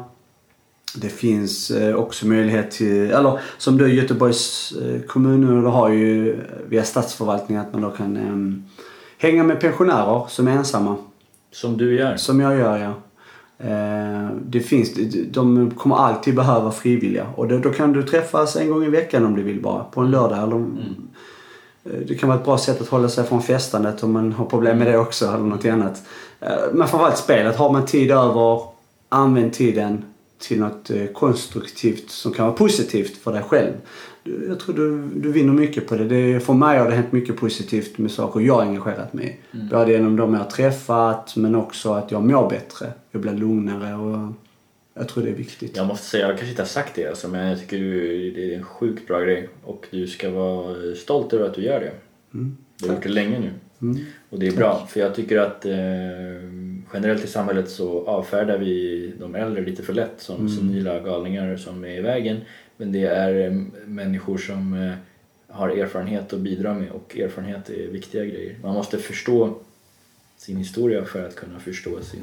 [SPEAKER 2] Det finns eh, också möjlighet till, eller som du Göteborgs eh, kommun nu då har ju via statsförvaltningen att man då kan ehm, hänga med pensionärer som är ensamma.
[SPEAKER 1] Som du gör.
[SPEAKER 2] Som jag gör, ja. Eh, Det finns, de kommer alltid behöva frivilliga. Och då, då kan du träffas en gång i veckan om du vill bara. På en lördag. Eller, Eh, Det kan vara ett bra sätt att hålla sig från festandet om man har problem med det också. Eller något annat. Eh, Men framförallt spelet. Har man tid över, använd tiden till något eh, konstruktivt som kan vara positivt för dig själv. Du- Jag tror du, du vinner mycket på det. det. För mig har det hänt mycket positivt med saker jag har engagerat mig i. Både genom de jag har träffat men också att jag mår bättre. Jag blir lugnare och jag tror det är viktigt.
[SPEAKER 1] Jag måste säga, jag kanske inte har sagt det alltså, men jag tycker du, det är en sjukt bra grej. Och du ska vara stolt över att du gör det. Du har gjort det länge nu.
[SPEAKER 2] Mm.
[SPEAKER 1] Och det är bra, för jag tycker att eh, generellt i samhället så avfärdar vi de äldre lite för lätt som senila galningar som är i vägen. Men det är eh, människor som eh, har erfarenhet att bidra med och erfarenhet är viktiga grejer. Man måste förstå sin historia för att kunna förstå sin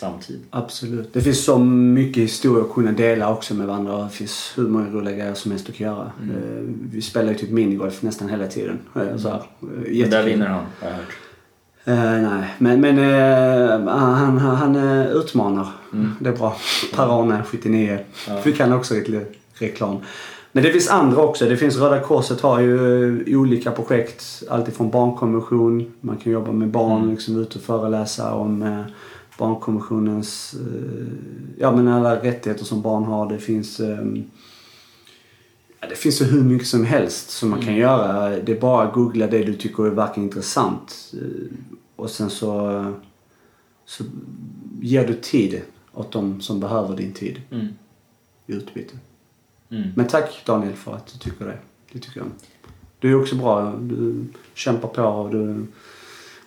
[SPEAKER 1] samtid.
[SPEAKER 2] Absolut. Det finns så mycket historia att kunna dela också med varandra. Det finns hur många roliga grejer som helst att göra.
[SPEAKER 1] Mm.
[SPEAKER 2] Eh, Vi spelar ju typ minigolf nästan hela tiden. Eh, Så här. Eh,
[SPEAKER 1] Men där
[SPEAKER 2] jättekul.
[SPEAKER 1] vinner han, har jag hört.
[SPEAKER 2] Eh, nej, men, men eh, han, han, han eh, utmanar.
[SPEAKER 1] Mm.
[SPEAKER 2] Det är bra. Per Arne, 79. Fick han också lite reklam. Men det finns andra också. Det finns Röda Korset har ju eh, olika projekt. Alltifrån barnkonvention. Man kan jobba med barn, liksom ut och föreläsa om eh, barnkonventionens... Eh, ja men alla rättigheter som barn har. Det finns... ehm, Ja, det finns ju hur mycket som helst som man kan göra. Det är bara att googla det du tycker verkar intressant. Eh, Och sen så, så ger du tid åt de som behöver din tid
[SPEAKER 1] Mm.
[SPEAKER 2] i utbyte.
[SPEAKER 1] Mm.
[SPEAKER 2] Men tack Daniel för att du tycker det. Det tycker jag. Du är också bra. Du kämpar på och du,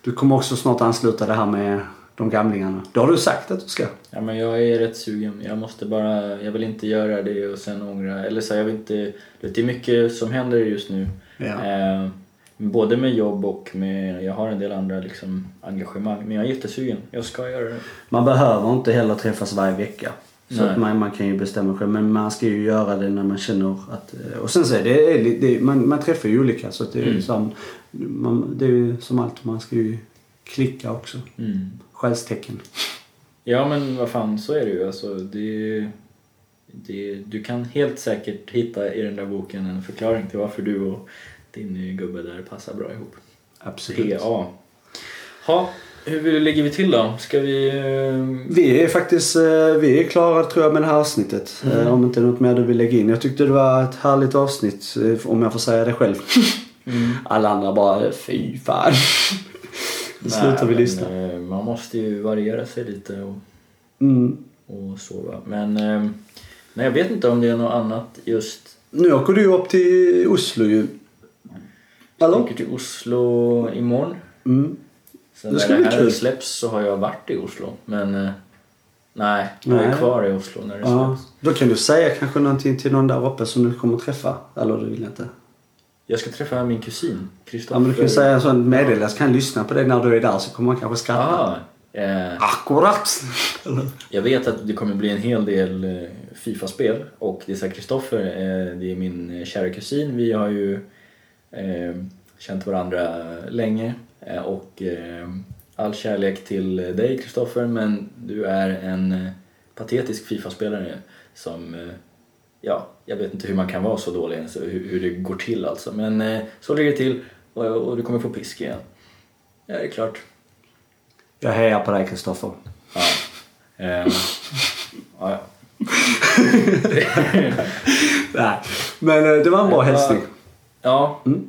[SPEAKER 2] du kommer också snart ansluta det här med de gamlingarna. Det har du sagt att du ska.
[SPEAKER 1] Ja, men jag är rätt sugen. Jag måste bara, jag vill inte göra det och sen ångra. Eller så, här, jag vill inte, du vet, det är mycket som händer just nu.
[SPEAKER 2] Ja.
[SPEAKER 1] Eh, både med jobb och med, jag har en del andra liksom, engagemang. Men jag är jättesugen. Jag ska göra det.
[SPEAKER 2] Man behöver inte heller träffas varje vecka. Så
[SPEAKER 1] Nej.
[SPEAKER 2] att man, man kan ju bestämma själv. Men man ska ju göra det när man känner att... eh, Och sen så är det, är li- det man, man träffar ju olika. Så att det,
[SPEAKER 1] Mm.
[SPEAKER 2] är ju som, man, det är ju som allt, man ska ju klicka också.
[SPEAKER 1] Mm.
[SPEAKER 2] Själstecken.
[SPEAKER 1] Ja men vad fan, så är det ju. Alltså, det, det, du kan helt säkert hitta i den där boken en förklaring till varför du och din gubbe där passar bra ihop.
[SPEAKER 2] Absolut.
[SPEAKER 1] PA. Ha, hur ligger vi till då? Ska vi... eh,
[SPEAKER 2] Vi är faktiskt eh, vi är klara tror jag med det här avsnittet. Eh, Om inte något mer du vill lägga in. Jag tyckte det var ett härligt avsnitt eh, om jag får säga det själv. *laughs*
[SPEAKER 1] mm.
[SPEAKER 2] Alla andra bara fy *laughs* fan. Då
[SPEAKER 1] Nej,
[SPEAKER 2] slutar vi
[SPEAKER 1] men,
[SPEAKER 2] lyssna.
[SPEAKER 1] eh, Man måste ju variera sig lite och,
[SPEAKER 2] Mm.
[SPEAKER 1] och sova. Men eh, nej, jag vet inte om det är något annat just.
[SPEAKER 2] Nu åker du upp till Oslo ju.
[SPEAKER 1] Jag
[SPEAKER 2] Hallå?
[SPEAKER 1] åker till Oslo imorgon.
[SPEAKER 2] Mm.
[SPEAKER 1] Sen
[SPEAKER 2] Det
[SPEAKER 1] när
[SPEAKER 2] ska
[SPEAKER 1] det
[SPEAKER 2] bli
[SPEAKER 1] här
[SPEAKER 2] kul.
[SPEAKER 1] släpps så har jag varit i Oslo. Men eh, nej, jag
[SPEAKER 2] Nej.
[SPEAKER 1] är kvar i Oslo när det
[SPEAKER 2] Ja.
[SPEAKER 1] släpps.
[SPEAKER 2] Då kan du säga kanske någonting till någon där uppe som du kommer träffa. Eller du vill inte?
[SPEAKER 1] Jag ska träffa min kusin,
[SPEAKER 2] Ja, men du kan ju säga en sån meddelande så kan han lyssna på det när du är där så kommer han kanske skratta.
[SPEAKER 1] Ah, eh,
[SPEAKER 2] Akkurat! *laughs* Eller?
[SPEAKER 1] Jag vet att det kommer bli en hel del eh, Fifa-spel och det är så här, Kristoffer, eh, det är min eh, kära kusin, vi har ju eh, känt varandra länge eh, och eh, all kärlek till dig Kristoffer men du är en eh, patetisk Fifa-spelare som, eh, ja, jag vet inte hur man kan vara så dålig ens, hur, hur det går till alltså men eh, så ligger det till och, och du kommer få pisk igen. Ja, det är klart.
[SPEAKER 2] Jag hejar på dig Kristoffer.
[SPEAKER 1] Ja. Ehm, ja, ja.
[SPEAKER 2] Nej, men eh, det var en bra
[SPEAKER 1] Jag-
[SPEAKER 2] hälsning.
[SPEAKER 1] Ja.
[SPEAKER 2] Mm.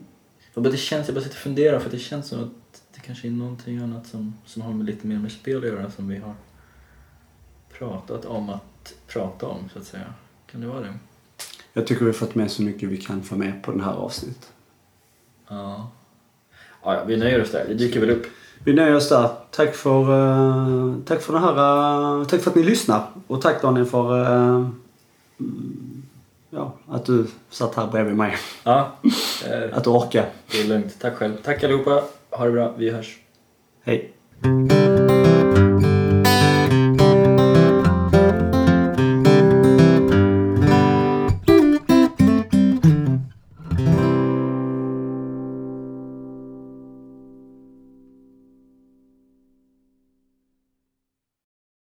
[SPEAKER 1] Men det känns, jag bara sitter och funderar för att det känns som att det kanske är någonting annat som, som har med lite mer med spel att göra som vi har pratat om att prata om så att säga. Kan det vara det?
[SPEAKER 2] Jag tycker vi har fått med så mycket vi kan få med på den här avsnittet.
[SPEAKER 1] Ja. Ja, ja vi nöjer oss där. Det dyker väl upp.
[SPEAKER 2] Vi nöjer oss där. Tack för, eh, tack för, den här, eh, tack för att ni lyssnar. Och tack Daniel för eh, mm, ja, att du satt här bredvid mig.
[SPEAKER 1] Ja, eh,
[SPEAKER 2] Att du orkar.
[SPEAKER 1] det är lugnt. Tack själv. Tack allihopa. Ha det bra. Vi hörs.
[SPEAKER 2] Hej.